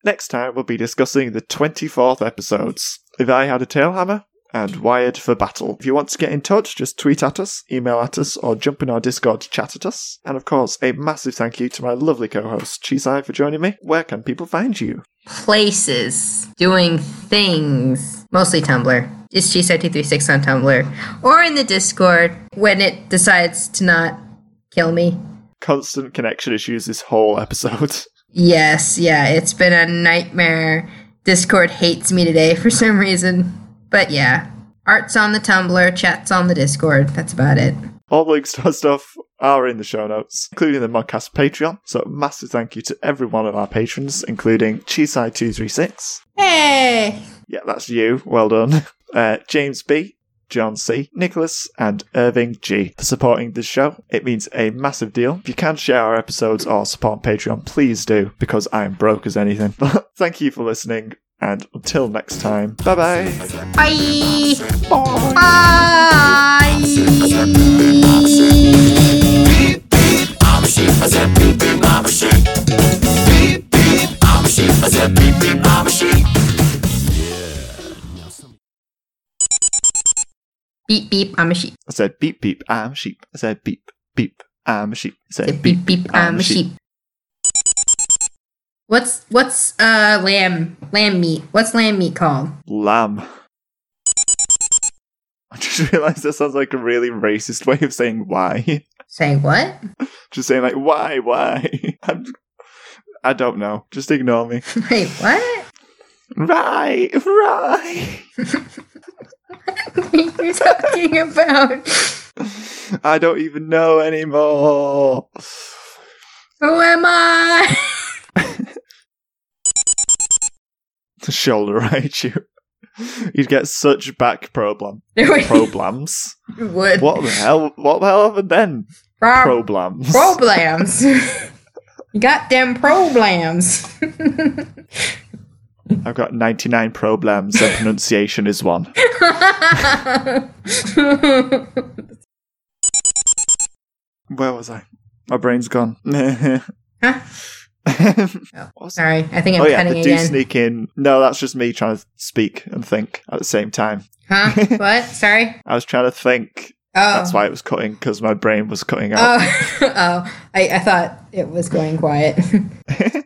Next time, we'll be discussing the 24th episodes. If I had a tail hammer, and Wired for Battle. If you want to get in touch, just tweet at us, email at us, or jump in our Discord to chat at us. And of course, a massive thank you to my lovely co host, Cheeseye, for joining me. Where can people find you? Places, doing things, mostly Tumblr. It's G736 on Tumblr or in the Discord when it decides to not kill me. Constant connection issues this whole episode. <laughs> Yes, yeah, it's been a nightmare. Discord hates me today for some reason. But yeah, art's on the Tumblr, chat's on the Discord. That's about it. All links to our stuff are in the show notes, including the Modcast Patreon. So massive thank you to every one of our patrons, including Cheeside236. Hey! Yeah, that's you. Well done. <laughs> Uh, James B., John C., Nicholas, and Irving G. for supporting the show. It means a massive deal. If you can share our episodes or support on Patreon, please do, because I'm broke as anything. <laughs> But thank you for listening, and until next time, bye-bye. Bye! Bye! Beep beep, I'm a sheep. I said beep beep, I'm a sheep. I said beep beep, I'm a sheep. I said Beep beep, I'm a sheep. What's what's uh lamb lamb meat? What's lamb meat called? Lamb. <laughs> I just realised that sounds like a really racist way of saying why. <laughs> Say what? <laughs> just saying like why, why. <laughs> I'm, I don't know. Just ignore me. Wait, what? <laughs> Right, right. What are you talking about? I don't even know anymore. Who am I? <laughs> The shoulder <laughs> right you. You'd get such back problem problems. Wood. What the hell? What the hell happened then? Rob- Problems. Problems. <laughs> Goddamn problems. I've got ninety nine problems, and pronunciation is one. Where was I? My brain's gone. <laughs> Huh? What's- <laughs> Sorry, I think I'm Oh yeah, cutting they do again. sneak in. No, that's just me trying to speak and think at the same time. huh? <laughs> What? Sorry. I was trying to think. Oh. That's why it was cutting <laughs> because my brain was cutting out. Oh, oh! I, I thought it was going quiet. <laughs>